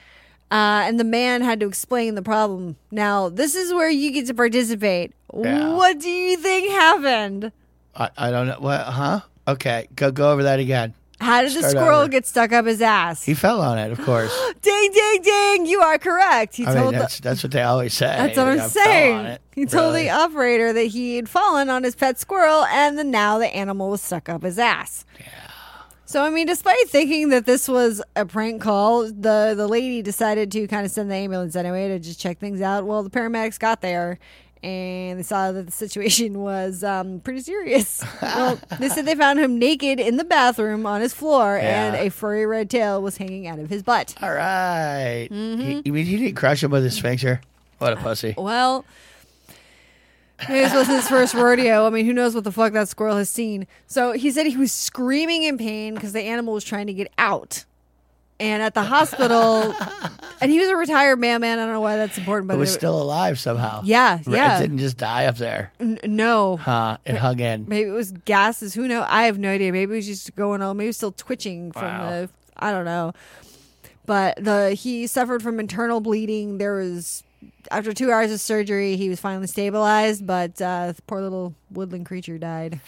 S6: Uh, and the man had to explain the problem. Now, this is where you get to participate.
S7: Yeah.
S6: What do you think happened?
S7: I, I don't know. What? Huh? Okay, go go over that again.
S6: How did the
S7: Start
S6: squirrel
S7: over.
S6: get stuck up his ass?
S7: He fell on it, of course.
S6: ding, ding, ding. You are correct. He
S7: I mean,
S6: told the,
S7: that's that's what they always say.
S6: That's what
S7: I
S6: I'm
S7: fell on
S6: saying.
S7: it.
S6: He told
S7: Really?
S6: the operator that he had fallen on his pet squirrel, and then now the animal was stuck up his ass. Yeah. So I mean, despite thinking that this was a prank call, the the lady decided to kind of send the ambulance anyway to just check things out. Well, the paramedics got there. And they saw that the situation was um, pretty serious. well, they said they found him naked in the bathroom on his floor, and
S7: Yeah.
S6: a furry red tail was hanging out of his butt.
S7: All right.
S6: Mm-hmm.
S7: He, I mean, he didn't crush him with his sphincter. What a pussy.
S6: Well, maybe this was his first rodeo. I mean, who knows what the fuck that squirrel has seen. So he said he was screaming in pain because the animal was trying to get out. And at the hospital, and he was a retired mailman. I don't know why that's important, but
S7: It was
S6: it-
S7: still alive somehow.
S6: Yeah,
S7: It
S6: yeah. Mm-hmm.
S7: didn't just die up there.
S6: N- no.
S7: Huh? It hung in.
S6: Maybe it was gases. Who knows? I have no idea. Maybe it was just going on. Maybe it was still twitching from
S7: Wow.
S6: the. I don't know. But the he suffered from internal bleeding. There was after two hours of surgery, he was finally stabilized. But uh, the poor little woodland creature died.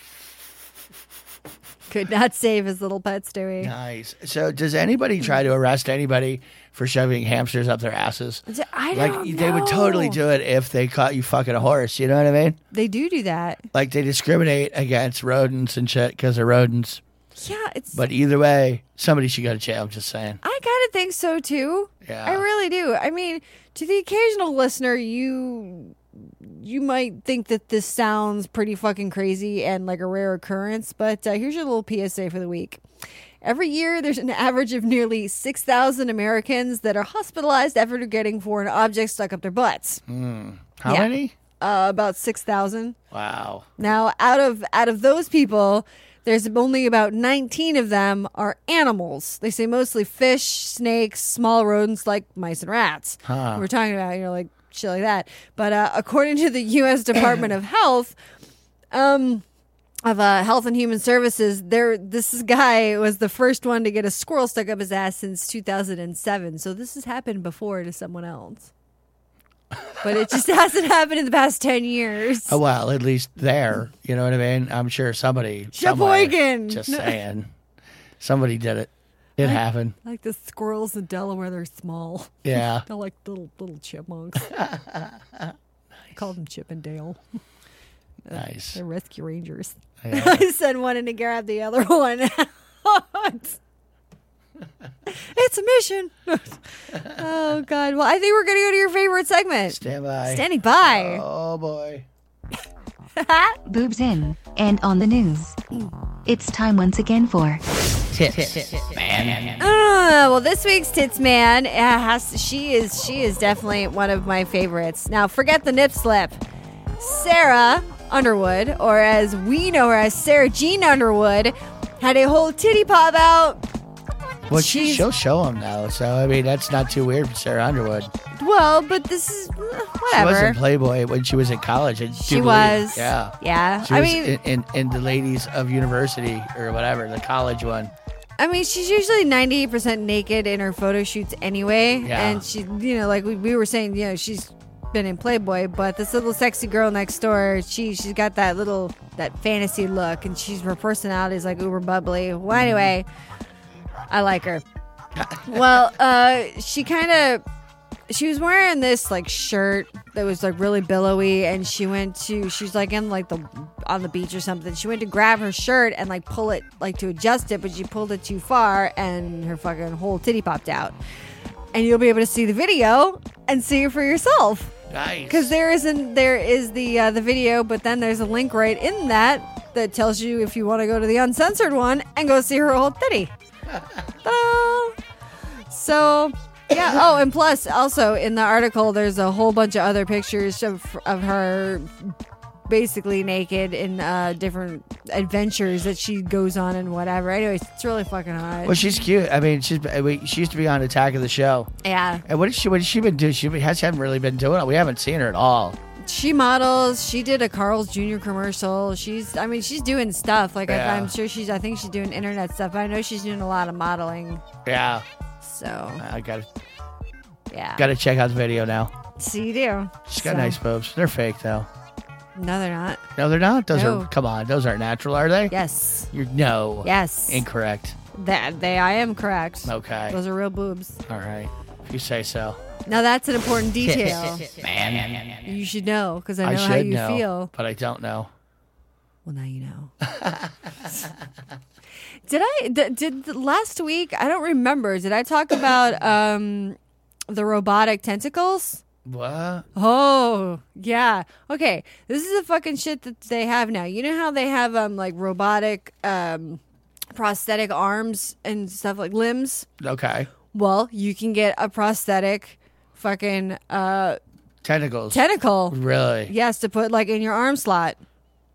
S6: Could not save his little pet, Stewie.
S7: Nice. So, does anybody try to arrest anybody for shoving hamsters up their asses?
S6: I
S7: Like
S6: don't
S7: they would totally
S6: know.
S7: do it if they caught you fucking a horse. You know what I mean?
S6: They do do that.
S7: Like they discriminate against rodents and shit because they're rodents.
S6: Yeah, it's.
S7: But either way, somebody should go to jail. I'm just saying.
S6: I kind of think so too.
S7: Yeah.
S6: I really do. I mean, to the occasional listener, you you might think that this sounds pretty fucking crazy and like a rare occurrence, but uh, here's your little PSA for the week. Every year, there's an average of nearly 6,000 Americans that are hospitalized after getting foreign objects stuck up their butts.
S7: How
S6: Yeah.
S7: many?
S6: Uh, about 6,000.
S7: Wow.
S6: Now, out of out of those people, there's only about 19 of them are animals. They say mostly fish, snakes, small rodents like mice and rats.
S7: Huh.
S6: We're talking about, you know, like shit like that. But uh, according to the U.S. Department of Health, um, of uh, Health and Human Services, there this guy was the first one to get a squirrel stuck up his ass since 2007. So this has happened before to someone else. But it just hasn't happened in the past 10 years.
S7: Oh, well, at least there. You know what I mean? I'm sure somebody. somewhere,
S6: Sheboygan.
S7: Just saying. Somebody did it. It happened.
S6: Like the squirrels in Delaware, they're small.
S7: Yeah.
S6: They're like little little chipmunks. I call them Chip and Dale.
S7: Nice.
S6: They're rescue rangers.
S7: Yeah.
S6: I send one in to grab the other one. it's, it's a mission. oh God. Well, I think we're gonna go to your favorite segment.
S7: Stand by.
S6: Standing by.
S7: Oh, boy.
S3: Boobs in and on the news. It's time once again for
S6: Uh, well, this week's tits man uh, has she is she is definitely one of my favorites. Now, forget the nip slip. Sarah Underwood, or as we know her as Sarah Jean Underwood, had a whole titty pop out.
S7: Well, she,
S6: She's-
S7: she'll show him, though. So, I mean, that's not too weird for Sarah Underwood.
S6: Well, but this is uh,
S7: She was in
S6: whatever.
S7: Playboy when she was in college. I do
S6: She
S7: believe.
S6: was.
S7: Yeah.
S6: Yeah.
S7: She
S6: I
S7: was
S6: mean,
S7: in, in, in the ladies of university or whatever, the college one.
S6: I mean, she's usually 98% naked in her photo shoots anyway.
S7: Yeah.
S6: And she, you know, like we, we were saying, you know, she's been in Playboy, but this little sexy girl next door, she she's got that little that fantasy look and she's her personality is like uber bubbly. Well, anyway, I like her. well, uh she kind of she was wearing this like shirt that was like really billowy and she went to she's like in like the on the beach or something she went to grab her shirt and like pull it like to adjust it but she pulled it too far and her fucking whole titty popped out and you'll be able to see the video and see it for yourself
S7: Nice.
S6: because there isn't there is the uh, the video but then there's a link right in that that tells you if you want to go to the uncensored one and go see her whole titty Ta-da! so Yeah. Oh, and plus, also in the article, there's a whole bunch of other pictures of of her basically naked in uh, different adventures that she goes on and whatever. Anyways, it's really fucking hot.
S7: Well, she's cute. I mean, she's I mean, she used to be on Attack of the Show.
S6: yeah.
S7: And what has she what has she been doing? She has not really been doing it. We haven't seen her at all.
S6: She models. She did a Carl's Jr. commercial. She's, I mean, she's doing stuff. Like,
S7: Yeah.
S6: I, I'm sure she's, I think she's doing internet stuff. But I know she's doing a lot of modeling.
S7: Yeah.
S6: So,
S7: I gotta
S6: yeah.
S7: gotta check out the video now.
S6: See you do.
S7: She's got
S6: So-
S7: nice boobs. They're fake though.
S6: No, they're not.
S7: No, they're not. Those
S6: No.
S7: are come on. Those aren't natural, are they?
S6: Yes.
S7: You're no.
S6: Yes.
S7: Incorrect.
S6: That they, I am correct.
S7: Okay.
S6: Those are real boobs.
S7: All right. If you say so.
S6: Now that's an important detail.
S7: Man.
S6: you should know because I know
S7: I
S6: how
S7: should
S6: you
S7: know,
S6: feel.
S7: but I don't know.
S6: Well, now you know. did I d- did the- last week? I don't remember. Did I talk about um the robotic tentacles?
S7: What?
S6: Oh yeah. Okay, this is the fucking shit that they have now. You know how they have um like robotic um prosthetic arms and stuff like limbs.
S7: Okay.
S6: Well, you can get a prosthetic fucking uh
S7: Tentacles.
S6: tentacle.
S7: really?
S6: Yes, to put like in your arm slot.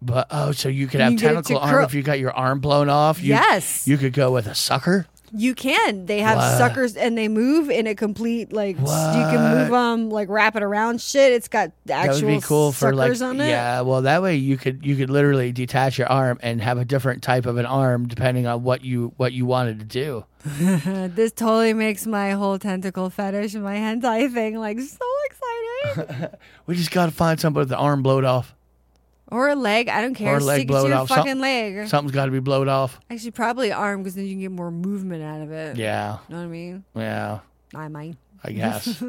S7: But oh, so you could
S6: You
S7: have
S6: get it to
S7: tentacle arm
S6: curl-
S7: if you got your arm blown off. You,
S6: Yes.
S7: You could go with a sucker.
S6: You can. They have
S7: What?
S6: suckers and they move in a complete like s- you can move
S7: What?
S6: um like wrap it around shit. It's got the
S7: That
S6: actual
S7: would be cool for
S6: suckers
S7: like
S6: on it.
S7: yeah. Well, that way you could you could literally detach your arm and have a different type of an arm depending on what you what you wanted to do.
S6: Uh, This totally makes my whole tentacle fetish and my hentai thing like so exciting.
S7: We just gotta find somebody with the arm blowed off
S6: or a leg, I don't care.
S7: or a leg
S6: Stick it to
S7: blowed
S6: your
S7: off.
S6: fucking
S7: Some-
S6: leg.
S7: Something's got to be blowed off.
S6: Actually probably arm because then you can get more movement out of it.
S7: Yeah,
S6: Know what I mean?
S7: yeah.
S6: I might.
S7: I guess.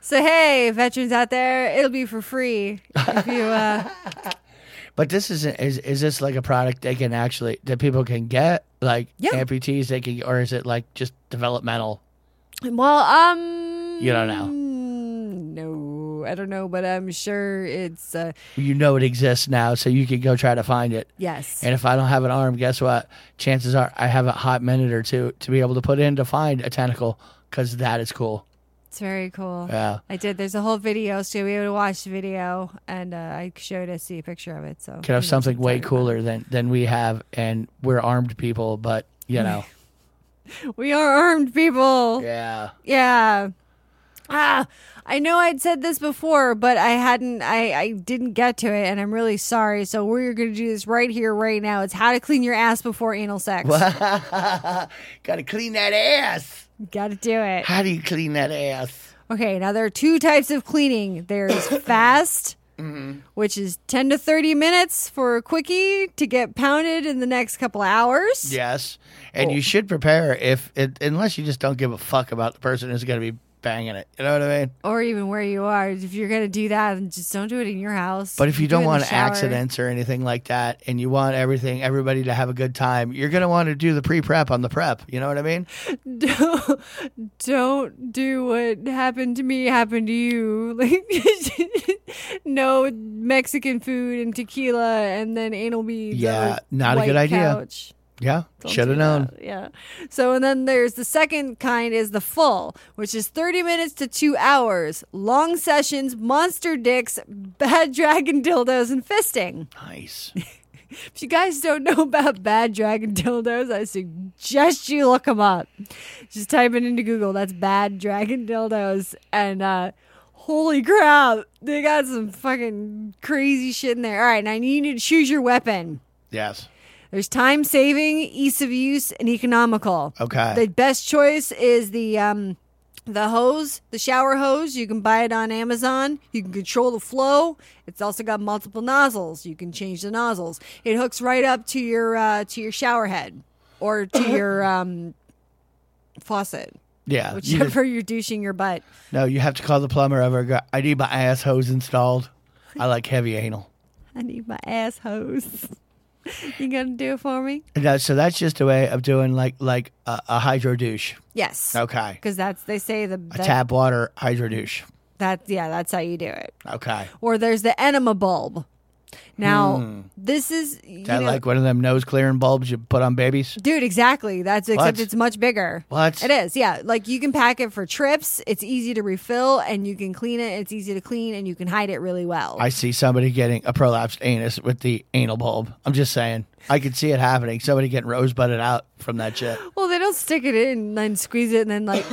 S6: So hey, veterans out there, it'll be for free if you uh
S7: but this is is is this like a product they can actually that people can get like
S6: Yeah.
S7: amputees they can or is it like just developmental?
S6: Well, um,
S7: You don't know.
S6: No, I don't know, but I'm sure it's uh,
S7: You know it exists now, so you can go try to find it.
S6: yes.
S7: And if I don't have an arm, guess what? Chances are I have a hot minute or two to be able to put in to find a tentacle because that is cool.
S6: it's very cool.
S7: Yeah.
S6: I did. There's a whole video, so you'll be able to watch the video, and uh, I showed us see a picture of it. So
S7: Could
S6: you
S7: have
S6: know,
S7: something
S6: it's
S7: way
S6: already-
S7: cooler than, than we have, and we're armed people, but you know.
S6: We are armed people.
S7: yeah.
S6: Yeah. Ah, I know I'd said this before, but I hadn't. I I didn't get to it, and I'm really sorry. So we're gonna do this right here, right now. It's how to clean your ass before anal sex.
S7: Gotta clean that ass.
S6: Got to do it.
S7: How do you clean that ass?
S6: Okay, now there are two types of cleaning. There's fast,
S7: Mm-hmm.
S6: which is 10 to 30 minutes for a quickie to get pounded in the next couple of hours.
S7: Yes. And you should prepare if, it, unless you just don't give a fuck about the person who's going to be banging it. You know what I mean?
S6: Or even where you are. If you're going to do that, then just don't do it in your house.
S7: But if you
S6: Do it
S7: don't
S6: in the
S7: want
S6: shower.
S7: accidents or anything like that, and you want everything, everybody to have a good time, you're going to want to do the pre prep on the prep. You know what I mean?
S6: Don't, don't do what happened to me happened to you. Like, no Mexican food and tequila and then anal beads. on
S7: Yeah, not a
S6: white
S7: good idea.
S6: couch.
S7: Yeah.
S6: Don't
S7: Should
S6: do
S7: have known.
S6: that. Yeah. So and then there's the second kind is the full, which is 30 minutes to 2 hours, long sessions, monster dicks, bad dragon dildos and fisting.
S7: Nice.
S6: If you guys don't know about bad dragon dildos, I suggest you look them up. Just type it into Google. That's bad dragon dildos and uh holy crap. They got some fucking crazy shit in there. All right, now you need to choose your weapon.
S7: yes.
S6: There's time saving, ease of use, and economical.
S7: Okay.
S6: The best choice is the um, the hose, the shower hose. You can buy it on Amazon. You can control the flow. It's also got multiple nozzles. You can change the nozzles. It hooks right up to your uh, to your shower head or to your um, faucet,
S7: Uh, yeah. You just-
S6: whichever you're douching your butt.
S7: no, you have to call the plumber over. and Go, I need my ass hose installed. I like heavy anal.
S6: I need my ass hose. you gonna do it for me?
S7: And that- so that's just a way of doing like like a, a hydro douche.
S6: Yes.
S7: Okay.
S6: Because that's they say the
S7: A
S6: that-
S7: tap water hydro douche.
S6: that yeah that's how you do it.
S7: Okay.
S6: Or there's the enema bulb. Now,
S7: Hmm.
S6: this is. You
S7: Is that
S6: know-
S7: like one of them nose clearing bulbs you put on babies?
S6: Dude, exactly. That's except
S7: What?
S6: it's much bigger.
S7: What?
S6: It is, yeah. Like you can pack it for trips. It's easy to refill and you can clean it. It's easy to clean and you can hide it really well.
S7: I see somebody getting a prolapsed anus with the anal bulb. I'm just saying. I could see it happening. Somebody getting rosebudded out from that shit.
S6: well, they don't stick it in and then squeeze it and then like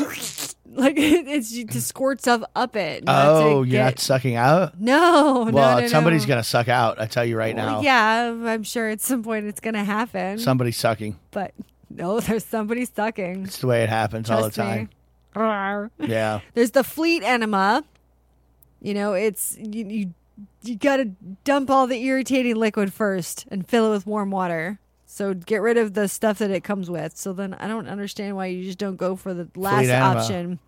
S6: like it, it's you just squirt stuff up it. not to
S7: oh, you're
S6: get-
S7: not sucking out?
S6: No, no,
S7: well,
S6: no,
S7: somebody's
S6: no.
S7: going to suck out, I tell you right now.
S6: Yeah, I'm sure at some point it's gonna happen.
S7: Somebody's sucking.
S6: but no, there's somebody sucking.
S7: It's the way it happens all the time.
S6: time.
S7: Yeah.
S6: There's the fleet enema. You know, it's you you, you got to dump all the irritating liquid first and fill it with warm water. So get rid of the stuff that it comes with. So then I don't understand why you just don't go for the last
S7: enema.
S6: option.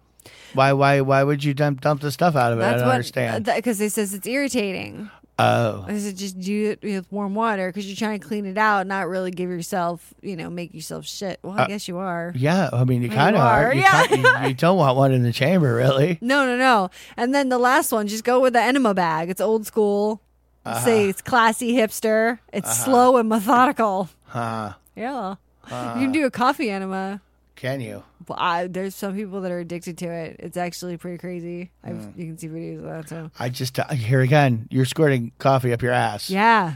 S7: Why why why would you dump dump the stuff out of it? I don't understand.
S6: because they says it's irritating.
S7: oh.
S6: I said just do it with warm water because you're trying to clean it out, not really give yourself, you know, make yourself shit. Well, I
S7: Uh,
S6: guess you are.
S7: Yeah, I mean you
S6: You
S7: kind of
S6: are,
S7: are. You,
S6: yeah.
S7: can't- you- you don't want one in the chamber, really.
S6: No, no, no. And then the last one, just go with the enema bag. It's old school.
S7: Uh-huh.
S6: Say it's classy hipster. It's slow and methodical.
S7: Huh.
S6: Yeah.
S7: Uh.
S6: you can do a coffee enema.
S7: Can you?
S6: Well, I, there's some people that are addicted to it. It's actually pretty crazy. I've,
S7: Hmm.
S6: You can see videos of that. So.
S7: I just uh, here again. You're squirting coffee up your ass.
S6: Yeah.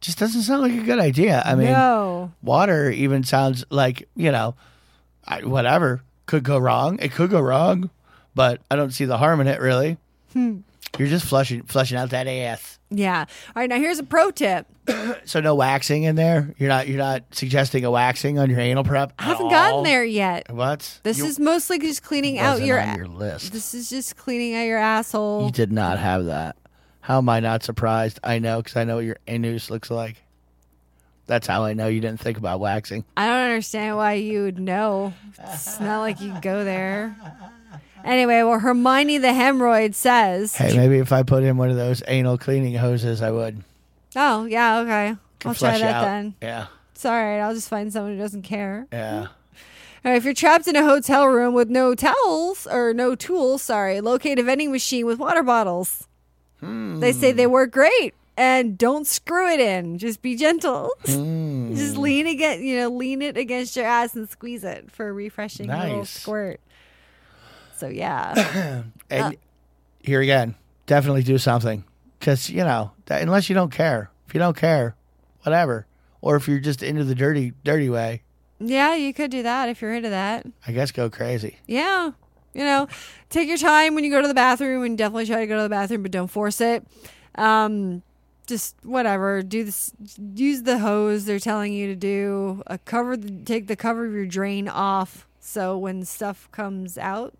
S7: Just doesn't sound like a good idea. I mean,
S6: no.
S7: water even sounds like you know, I, whatever could go wrong. It could go wrong, but I don't see the harm in it really.
S6: Hmm.
S7: You're just flushing flushing out that ass.
S6: Yeah. All right. Now here's a pro tip.
S7: So no waxing in there. You're not you're not suggesting a waxing on your anal prep.
S6: I haven't gotten there yet.
S7: What?
S6: This
S7: You-
S6: is mostly just cleaning out
S7: wasn't
S6: your.
S7: on your list.
S6: This is just cleaning out your asshole.
S7: You did not have that. How am I not surprised? I know because I know what your anus looks like. That's how I know you didn't think about waxing.
S6: I don't understand why you would know. It's not like you go there. Anyway, well, Hermione the hemorrhoid says,
S7: Hey, maybe if I put in one of those anal cleaning hoses, I would.
S6: "Oh yeah, okay,
S7: Could
S6: I'll try
S7: flush you
S6: that
S7: out.
S6: then. Hmm.
S7: Yeah,
S6: It's all right. I'll just find someone who doesn't care."
S7: yeah.
S6: Now, if you're trapped in a hotel room with no towels or no tools, sorry, locate a vending machine with water bottles. They say they work great, and don't screw it in. Just be gentle. Just lean against, you know, lean it against your ass and squeeze it for a refreshing little
S7: Nice.
S6: squirt. So yeah, Uh,
S7: And here again, definitely do something because you know that, unless you don't care. If you don't care, whatever. Or if you're just into the dirty, dirty way,
S6: yeah, you could do that if you're into that.
S7: I guess go crazy.
S6: Yeah. You know, take your time when you go to the bathroom and definitely try to go to the bathroom, but don't force it. Um, just whatever. Do this. Use the hose they're telling you to do. Uh, cover. The, take the cover of your drain off so when stuff comes out,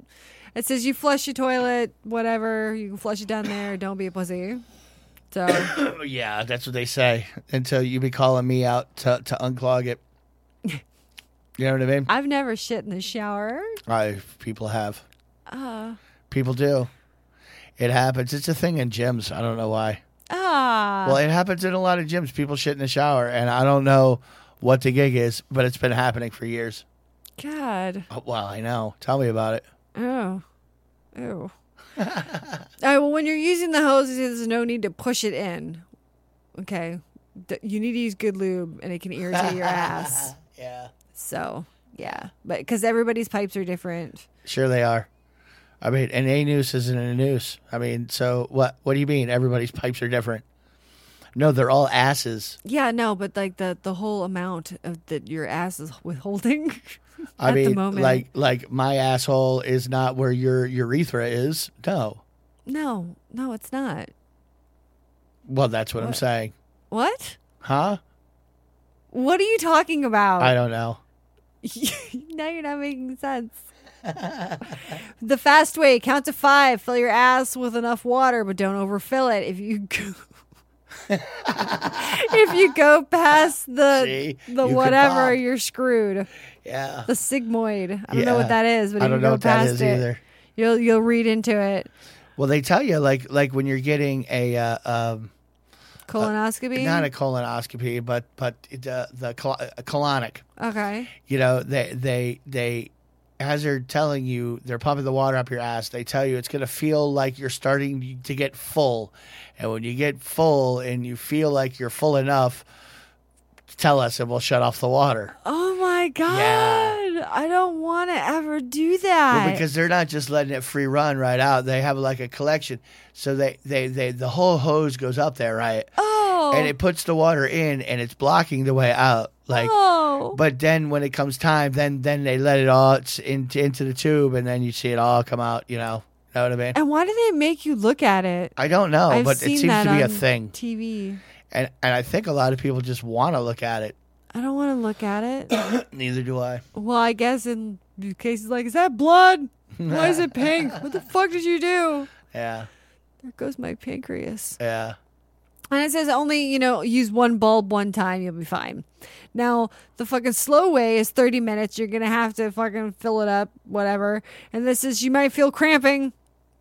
S6: it says you flush your toilet. Whatever you can flush it down there. Don't be a pussy. So
S7: Oh, Yeah, that's what they say. Until you be calling me out to to unclog it. You know what I mean?
S6: I've never shit in the shower.
S7: I people have.
S6: Uh,
S7: People do. It happens. It's a thing in gyms. I don't know why.
S6: ah.
S7: Well, it happens in a lot of gyms. People shit in the shower, and I don't know what the gig is, but it's been happening for years.
S6: God.
S7: Oh, well, I know. Tell me about it.
S6: Oh. Oh. All right. Well, when you're using the hose, there's no need to push it in. Okay. D- You need to use good lube, and it can irritate your ass.
S7: Yeah.
S6: So yeah, but because everybody's pipes are different.
S7: Sure, they are. I mean, an anus isn't an anus. I mean, so what? What do you mean? Everybody's pipes are different. No, they're all asses.
S6: Yeah. No, but like the the whole amount of that your ass is withholding.
S7: I
S6: at
S7: mean,
S6: the moment.
S7: like, like my asshole is not where your urethra is. No.
S6: no, no, it's not.
S7: Well, that's what? I'm
S6: What?
S7: saying,
S6: What?
S7: huh?
S6: What are you talking about?
S7: I don't know.
S6: now you're not making sense. the fast way, count to five, fill your ass with enough water, but don't overfill it. If you go, if you go past the
S7: See?
S6: the
S7: You could
S6: whatever,
S7: pop.
S6: you're screwed.
S7: Yeah.
S6: The sigmoid. I don't know what
S7: Yeah.
S6: that is, but if
S7: I don't
S6: you
S7: know
S6: go
S7: what that
S6: past
S7: is
S6: it,
S7: either.
S6: you'll you'll read into it.
S7: Well, they tell you like like when you're getting a uh, um,
S6: Colonoscopy.
S7: not a colonoscopy, but uh, but the the col- a colonic.
S6: okay.
S7: You know, they they they as they're telling you, they're pumping the water up your ass. They tell you it's going to feel like you're starting to get full. And when you get full and you feel like you're full enough, tell us and we'll shut off the water.
S6: Oh my god! I don't want to ever do that.
S7: Well, because they're not just letting it free run right out. They have like a collection. So they, they, they the whole hose goes up there, right?
S6: oh,
S7: And it puts the water in and it's blocking the way out. Like
S6: oh,
S7: but then when it comes time, then then they let it all it's into into the tube, and then you see it all come out. You know, know what I mean?
S6: and why do they make you look at it?
S7: I don't know,
S6: I've
S7: Oh, but
S6: seen
S7: it seems
S6: that
S7: to be a
S6: on
S7: thing,
S6: TV.
S7: and and I think a lot of people just want to look at it.
S6: I don't want to look at it.
S7: Neither do I.
S6: well, I guess in cases like, is that blood? Why is it pink? What the fuck did you do?
S7: Yeah,
S6: There goes my pancreas.
S7: yeah.
S6: And it says only, you know, use one bulb one time, you'll be fine. Now, the fucking slow way is 30 minutes. You're going to have to fucking fill it up, whatever. And this is, you might feel cramping,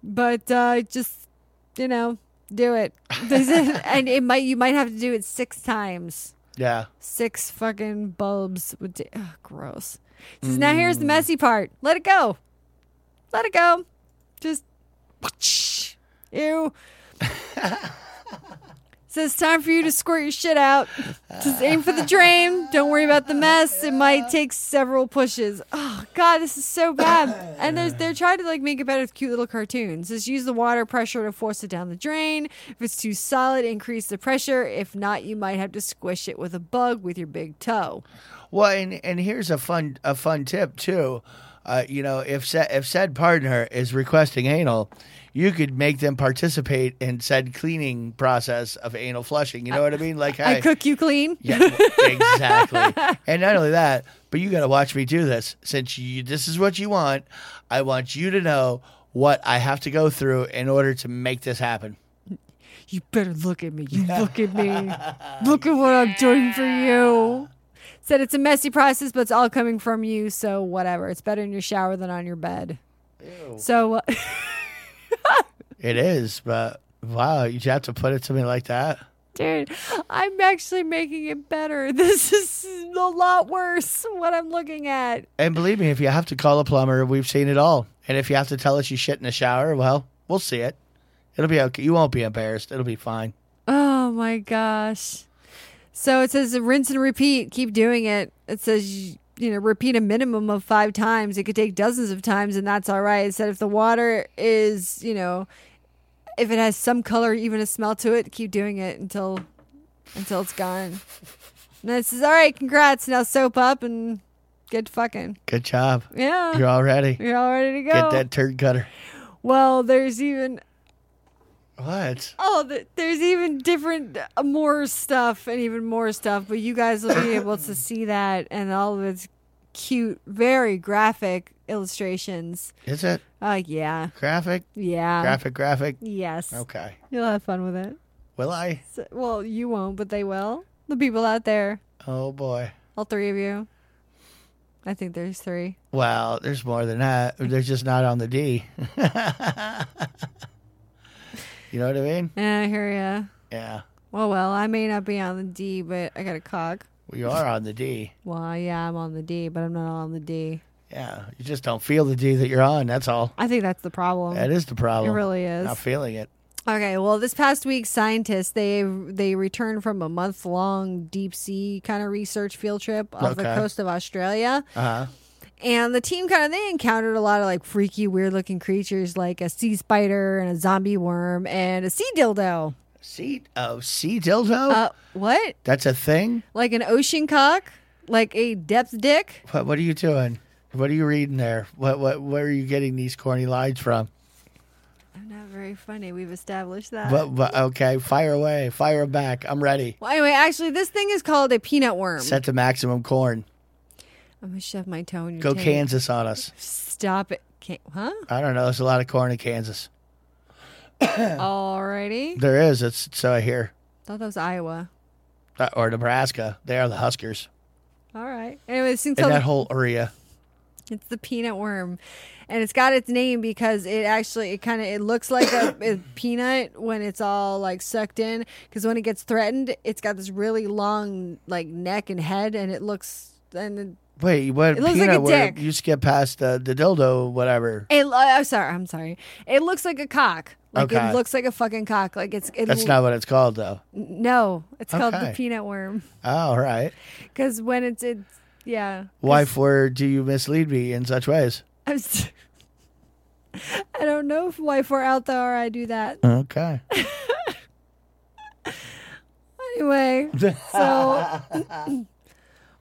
S6: but uh, just, you know, do it. This is, and it might, you might have to do it six times.
S7: Yeah.
S6: Six fucking bulbs. Would do, ugh, gross. It says, now here's the messy part. Let it go. Let it go. Just, ew. So it's time for you to squirt your shit out. Just aim for the drain. Don't worry about the mess. It might take several pushes. Oh God, this is so bad. And there's they're trying to like make it better with cute little cartoons. Just use the water pressure to force it down the drain. If it's too solid, increase the pressure. If not, you might have to squish it with a bug with your big toe.
S7: Well, and and here's a fun a fun tip too. Uh, you know, if sa- if said partner is requesting anal, you could make them participate in said cleaning process of anal flushing. You know what I mean? Like,
S6: I
S7: hey,
S6: cook you clean.
S7: Yeah, w- exactly. and not only that, but you got to watch me do this. Since you, this is what you want, I want you to know what I have to go through in order to make this happen.
S6: You better look at me. You look at me. Look at what I'm doing for you. Said it's a messy process, but it's all coming from you. So whatever. It's better in your shower than on your bed. So uh,
S7: It is, but wow, you have to put it to me like that.
S6: Dude, I'm actually making it better. This is a lot worse what I'm looking at.
S7: And believe me, if you have to call a plumber, we've seen it all. And if you have to tell us you shit in the shower, well, we'll see it. It'll be okay. You won't be embarrassed. It'll be fine.
S6: Oh my gosh. So it says rinse and repeat. Keep doing it. It says, you know, repeat a minimum of five times. It could take dozens of times, and that's all right. It said if the water is, you know, if it has some color, even a smell to it, keep doing it until until it's gone. And it says, all right, congrats. Now soap up and get fucking.
S7: Good job.
S6: Yeah.
S7: You're all ready.
S6: You're all ready to go.
S7: Get that turd cutter.
S6: Well, there's even
S7: What?
S6: oh, th- there's even different uh, more stuff and even more stuff, but you guys will be able to see that and all of its cute, very graphic illustrations.
S7: Is it
S6: Uh yeah,
S7: graphic?
S6: yeah,
S7: graphic, graphic.
S6: yes.
S7: Okay.
S6: You'll have fun with it.
S7: Will I?
S6: So, well, you won't, but they will. The people out there,
S7: Oh boy.
S6: all three of you. I think there's three.
S7: Well, there's more than that. They're just not on the D. you know what I mean?
S6: Yeah, Eh, I hear ya.
S7: Yeah.
S6: Well, well, I may not be on the D, but I got a cog.
S7: Well, you are on the D.
S6: Well, yeah, I'm on the D, but I'm not on the D.
S7: Yeah. You just don't feel the D that you're on. That's all.
S6: I think that's the problem.
S7: That is the problem.
S6: It really is.
S7: Not feeling it.
S6: Okay, well, this past week, scientists they they returned from a month long deep sea kind of research field trip off the
S7: Okay.
S6: coast of Australia,
S7: Uh huh.
S6: and the team kind of they encountered a lot of like freaky, weird looking creatures like a sea spider and a zombie worm and a sea dildo.
S7: Sea oh sea dildo.
S6: Uh, what?
S7: That's a thing.
S6: Like an ocean cock? Like a depth dick?
S7: What What are you doing? What are you reading there? What What Where are you getting these corny lines from?
S6: I'm not very funny. We've established that.
S7: But, but okay, fire away, fire 'em back. I'm ready.
S6: Uh, well, anyway, actually, this thing is called a peanut worm.
S7: Set to maximum corn.
S6: I'm gonna shove my toe in your.
S7: Go
S6: taint.
S7: Kansas on us.
S6: Stop it. Can- huh?
S7: I don't know. There's a lot of corn in Kansas.
S6: Alrighty.
S7: There is. It's so I hear.
S6: Thought that was Iowa.
S7: Uh, Or Nebraska. They are the Huskers
S6: All right. Anyway, this thing's
S7: in
S6: called
S7: that whole area.
S6: it's the peanut worm, and it's got its name because it actually it kind of it looks like a, a peanut when it's all like sucked in. Because when it gets threatened, it's got this really long like neck and head, and it looks and
S7: Wait, what?
S6: It looks like
S7: peanut
S6: a
S7: where
S6: dick.
S7: You skip past the, the dildo, whatever.
S6: It, lo- I'm sorry. I'm sorry. It looks like a cock. Like
S7: Okay.
S6: it looks like a fucking cock. Like it's. It
S7: That's
S6: l-
S7: not what it's called, though.
S6: No, it's called the
S7: Okay.
S6: peanut worm.
S7: All right.
S6: Because when it's it's yeah.
S7: Wife, where do you mislead me in such ways?
S6: I'm st- I don't know if wife were out there or I do that.
S7: Okay.
S6: Anyway, so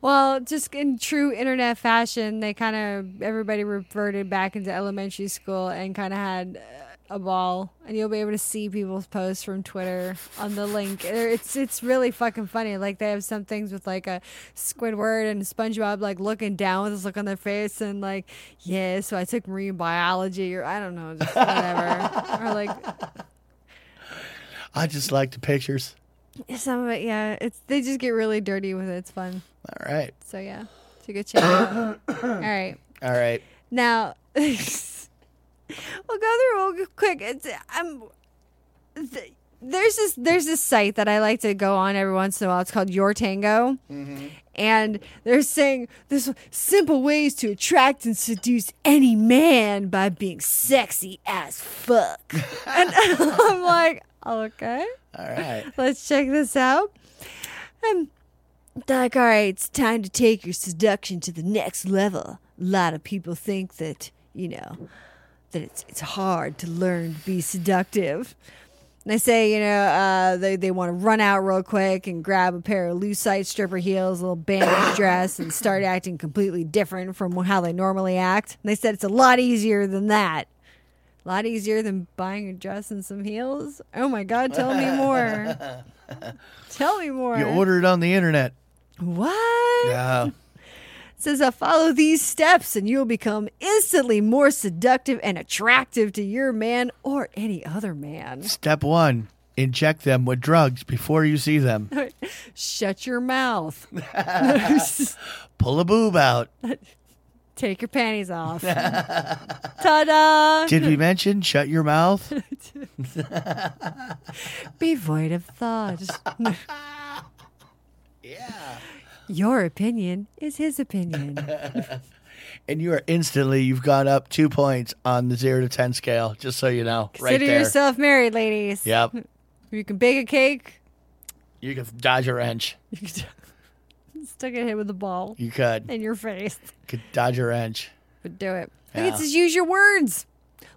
S6: well, just in true internet fashion, they kind of everybody reverted back into elementary school and kind of had uh, a ball. And you'll be able to see people's posts from Twitter on the link. There- It's it's really fucking funny. Like they have some things with like a Squidward and SpongeBob like looking down with this look on their face and like yeah. So I took marine biology or I don't know, just whatever. or like
S7: I just like the pictures.
S6: some of it, yeah. It's they just get really dirty with it. It's fun.
S7: All right.
S6: So yeah, it's a good check. it out. All right,
S7: All right.
S6: now we'll go through real quick. It's I'm th- there's this there's this site that I like to go on every once in a while. It's called Your Tango. And they're saying there's simple ways to attract and seduce any man by being sexy as fuck. and I'm like, okay.
S7: All right.
S6: Let's check this out. Um, like, all right, it's time to take your seduction to the next level. A lot of people think that, you know, that it's, it's hard to learn to be seductive. And they say, you know, uh, they, they want to run out real quick and grab a pair of lucite stripper heels, a little bandage dress, and start acting completely different from how they normally act. And they said it's a lot easier than that. A lot easier than buying a dress and some heels. Oh my God, tell me more. tell me more.
S7: You order it on the internet.
S6: What?
S7: Yeah.
S6: says I follow these steps and you'll become instantly more seductive and attractive to your man or any other man.
S7: Step one inject them with drugs before you see them.
S6: Shut your mouth.
S7: Pull a boob out.
S6: Take your panties off. Ta-da!
S7: Did we mention shut your mouth?
S6: Be void of thought. yeah. Your opinion is his opinion.
S7: And you are instantly, you've gone up two points on the zero to 10 scale, just so you know. Right
S6: Consider
S7: there.
S6: yourself married, ladies.
S7: Yep.
S6: You can bake a cake.
S7: You could dodge a wrench.
S6: You can stick it hit with a ball
S7: You could.
S6: in your face.
S7: Could dodge a wrench.
S6: But do it.
S7: Yeah.
S6: Like it says, use your words.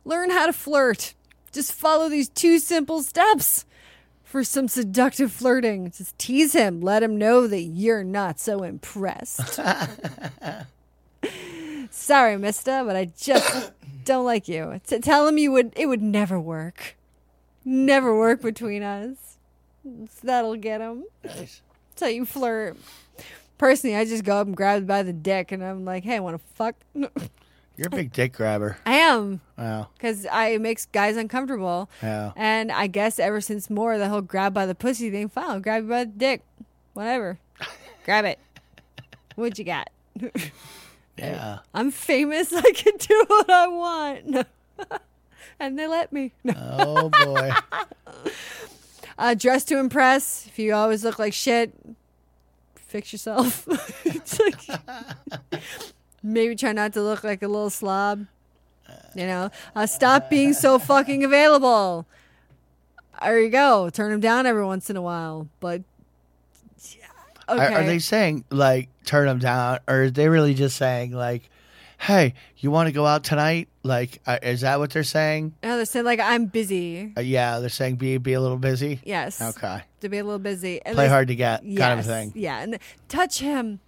S6: Learn how to flirt. Just follow these two simple steps for some seductive flirting. Just tease him. Let him know that you're not so impressed. Sorry, mister, but I just don't like you. To tell him you would it would never work. Never work between us. That'll get him.
S7: Nice.
S6: So you flirt. Personally, I just go up and grab him by the dick and I'm like, hey, want to fuck?
S7: You're a big dick grabber.
S6: I am
S7: Wow.
S6: because I it makes guys uncomfortable.
S7: Yeah.
S6: And I guess ever since more the whole grab by the pussy thing, fine, grab you by the dick, whatever, grab it. What you got?
S7: Yeah.
S6: I'm famous. I can do what I want. and they let me. No.
S7: Oh, boy.
S6: Uh, dress to impress. If you always look like shit, fix yourself. It's like- maybe try not to look like a little slob. You know, uh, stop being so fucking available. There you go. Turn them down every once in a while, but okay.
S7: Are, are they saying like turn them down, or are they really just saying like, "Hey, you want to go out tonight?" Like, uh, is that what they're saying?
S6: No, they're saying like I'm busy.
S7: Uh, yeah, they're saying be be a little busy.
S6: Yes.
S7: Okay.
S6: To be a little busy. And
S7: Play
S6: they-
S7: hard to get,
S6: Yes.
S7: kind of thing.
S6: Yeah, and touch him.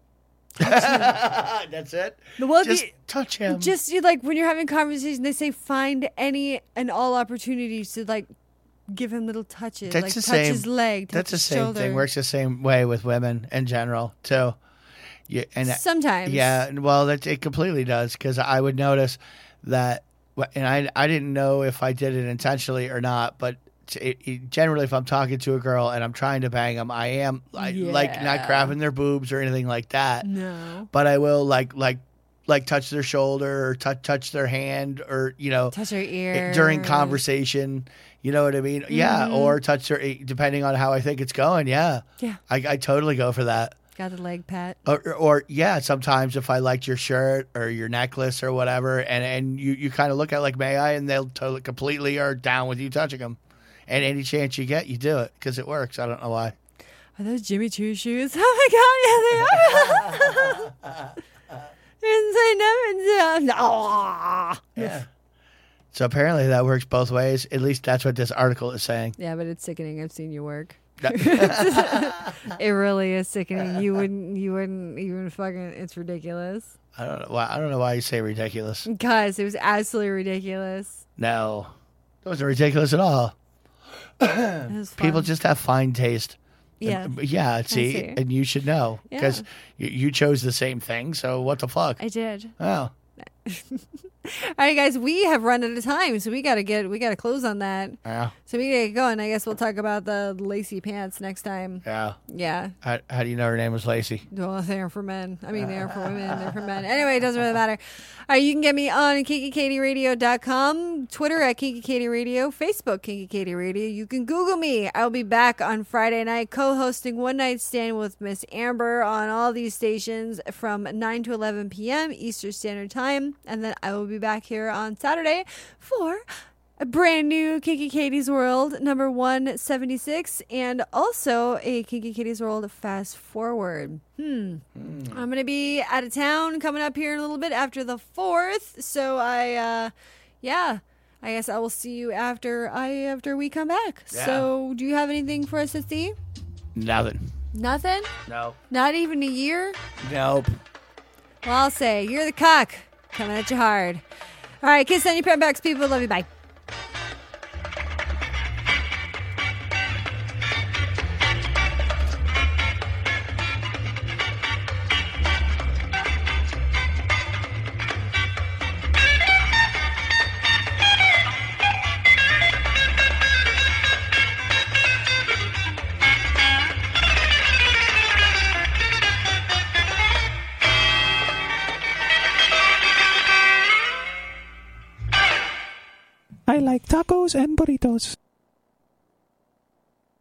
S7: That's it.
S6: Well,
S7: just
S6: the-
S7: touch him.
S6: just you like when you're having conversation they say find any and all opportunities to like give him little touches
S7: That's
S6: like
S7: the
S6: touch
S7: same-
S6: his leg touch
S7: That's the
S6: his
S7: same
S6: shoulder.
S7: thing. Works the same way with women in general too. Yeah, and
S6: sometimes
S7: Yeah, and- well, that it completely does because I would notice that, wh- and I I didn't know if I did it intentionally or not, but t- it, it- generally, if I'm talking to a girl and I'm trying to bang them, I am I, like not
S6: Yeah.
S7: grabbing their boobs or anything like that,
S6: no
S7: but I will like like like touch their shoulder or touch touch their hand or you know
S6: touch her ear
S7: it- during conversation. You know what I eh, mean? Yeah, or touch her depending on how I think it's going. Yeah,
S6: Yeah.
S7: I, I totally go for that.
S6: Got the leg pat.
S7: Or, or yeah, sometimes if I liked your shirt or your necklace or whatever, and, and you, you kind of look at it like, may I? And they'll totally completely are down with you touching them. And any chance you get, you do it because it works. I don't know why.
S6: Are those Jimmy Choo shoes? Oh my god, yeah, they are. Inside nothing. Ah.
S7: Yeah. So apparently that works both ways. At least that's what this article is saying.
S6: Yeah, but it's sickening. I've seen you work.
S7: That-
S6: It really is sickening. You wouldn't. You wouldn't even fucking. It's ridiculous,
S7: I don't know why. I don't know why you say ridiculous.
S6: Mm. guys. It was absolutely ridiculous.
S7: No, that wasn't ridiculous at all.
S6: It was fun.
S7: People just have fine taste.
S6: Yeah.
S7: And- yeah. See,
S6: see.
S7: and you should know
S6: Yeah.
S7: because you, you chose the same thing. So what the fuck?
S6: I did.
S7: oh,
S6: All right, guys. We have run out of time, so we gotta get. We gotta close on that.
S7: yeah,
S6: So we gotta get going. I guess we'll talk about the lacy pants next time.
S7: yeah.
S6: Yeah.
S7: How, how do you know her name was Lacey?
S6: Well, they are for men. I mean, they are for women. They're for men. Anyway, it doesn't really matter. All right, you can get me on KinkyKatieRadio.com, Twitter at KinkyKatieRadio, Facebook Kinky Katie Radio. You can Google me. I'll be back on Friday night co-hosting One Night Stand with Miss Amber on all these stations from 9 to 11 p.m. Eastern Standard Time. And then I will be back here on Saturday for a brand new Kinky Katie's World number 176 and also a Kinky Katie's World fast forward. Hmm. I'm going to be out of town coming up here in a little bit after the 4th, so I uh yeah, I guess I will see you after I after we come back.
S7: Yeah.
S6: So, do you have anything for us to see?
S7: Nothing.
S6: Nothing?
S7: No.
S6: Not even a year?
S7: Nope.
S6: Well, I'll say, you're the cock coming at you hard. All right, kiss on your parent backs, people. Love you. Bye.
S10: I like tacos and burritos.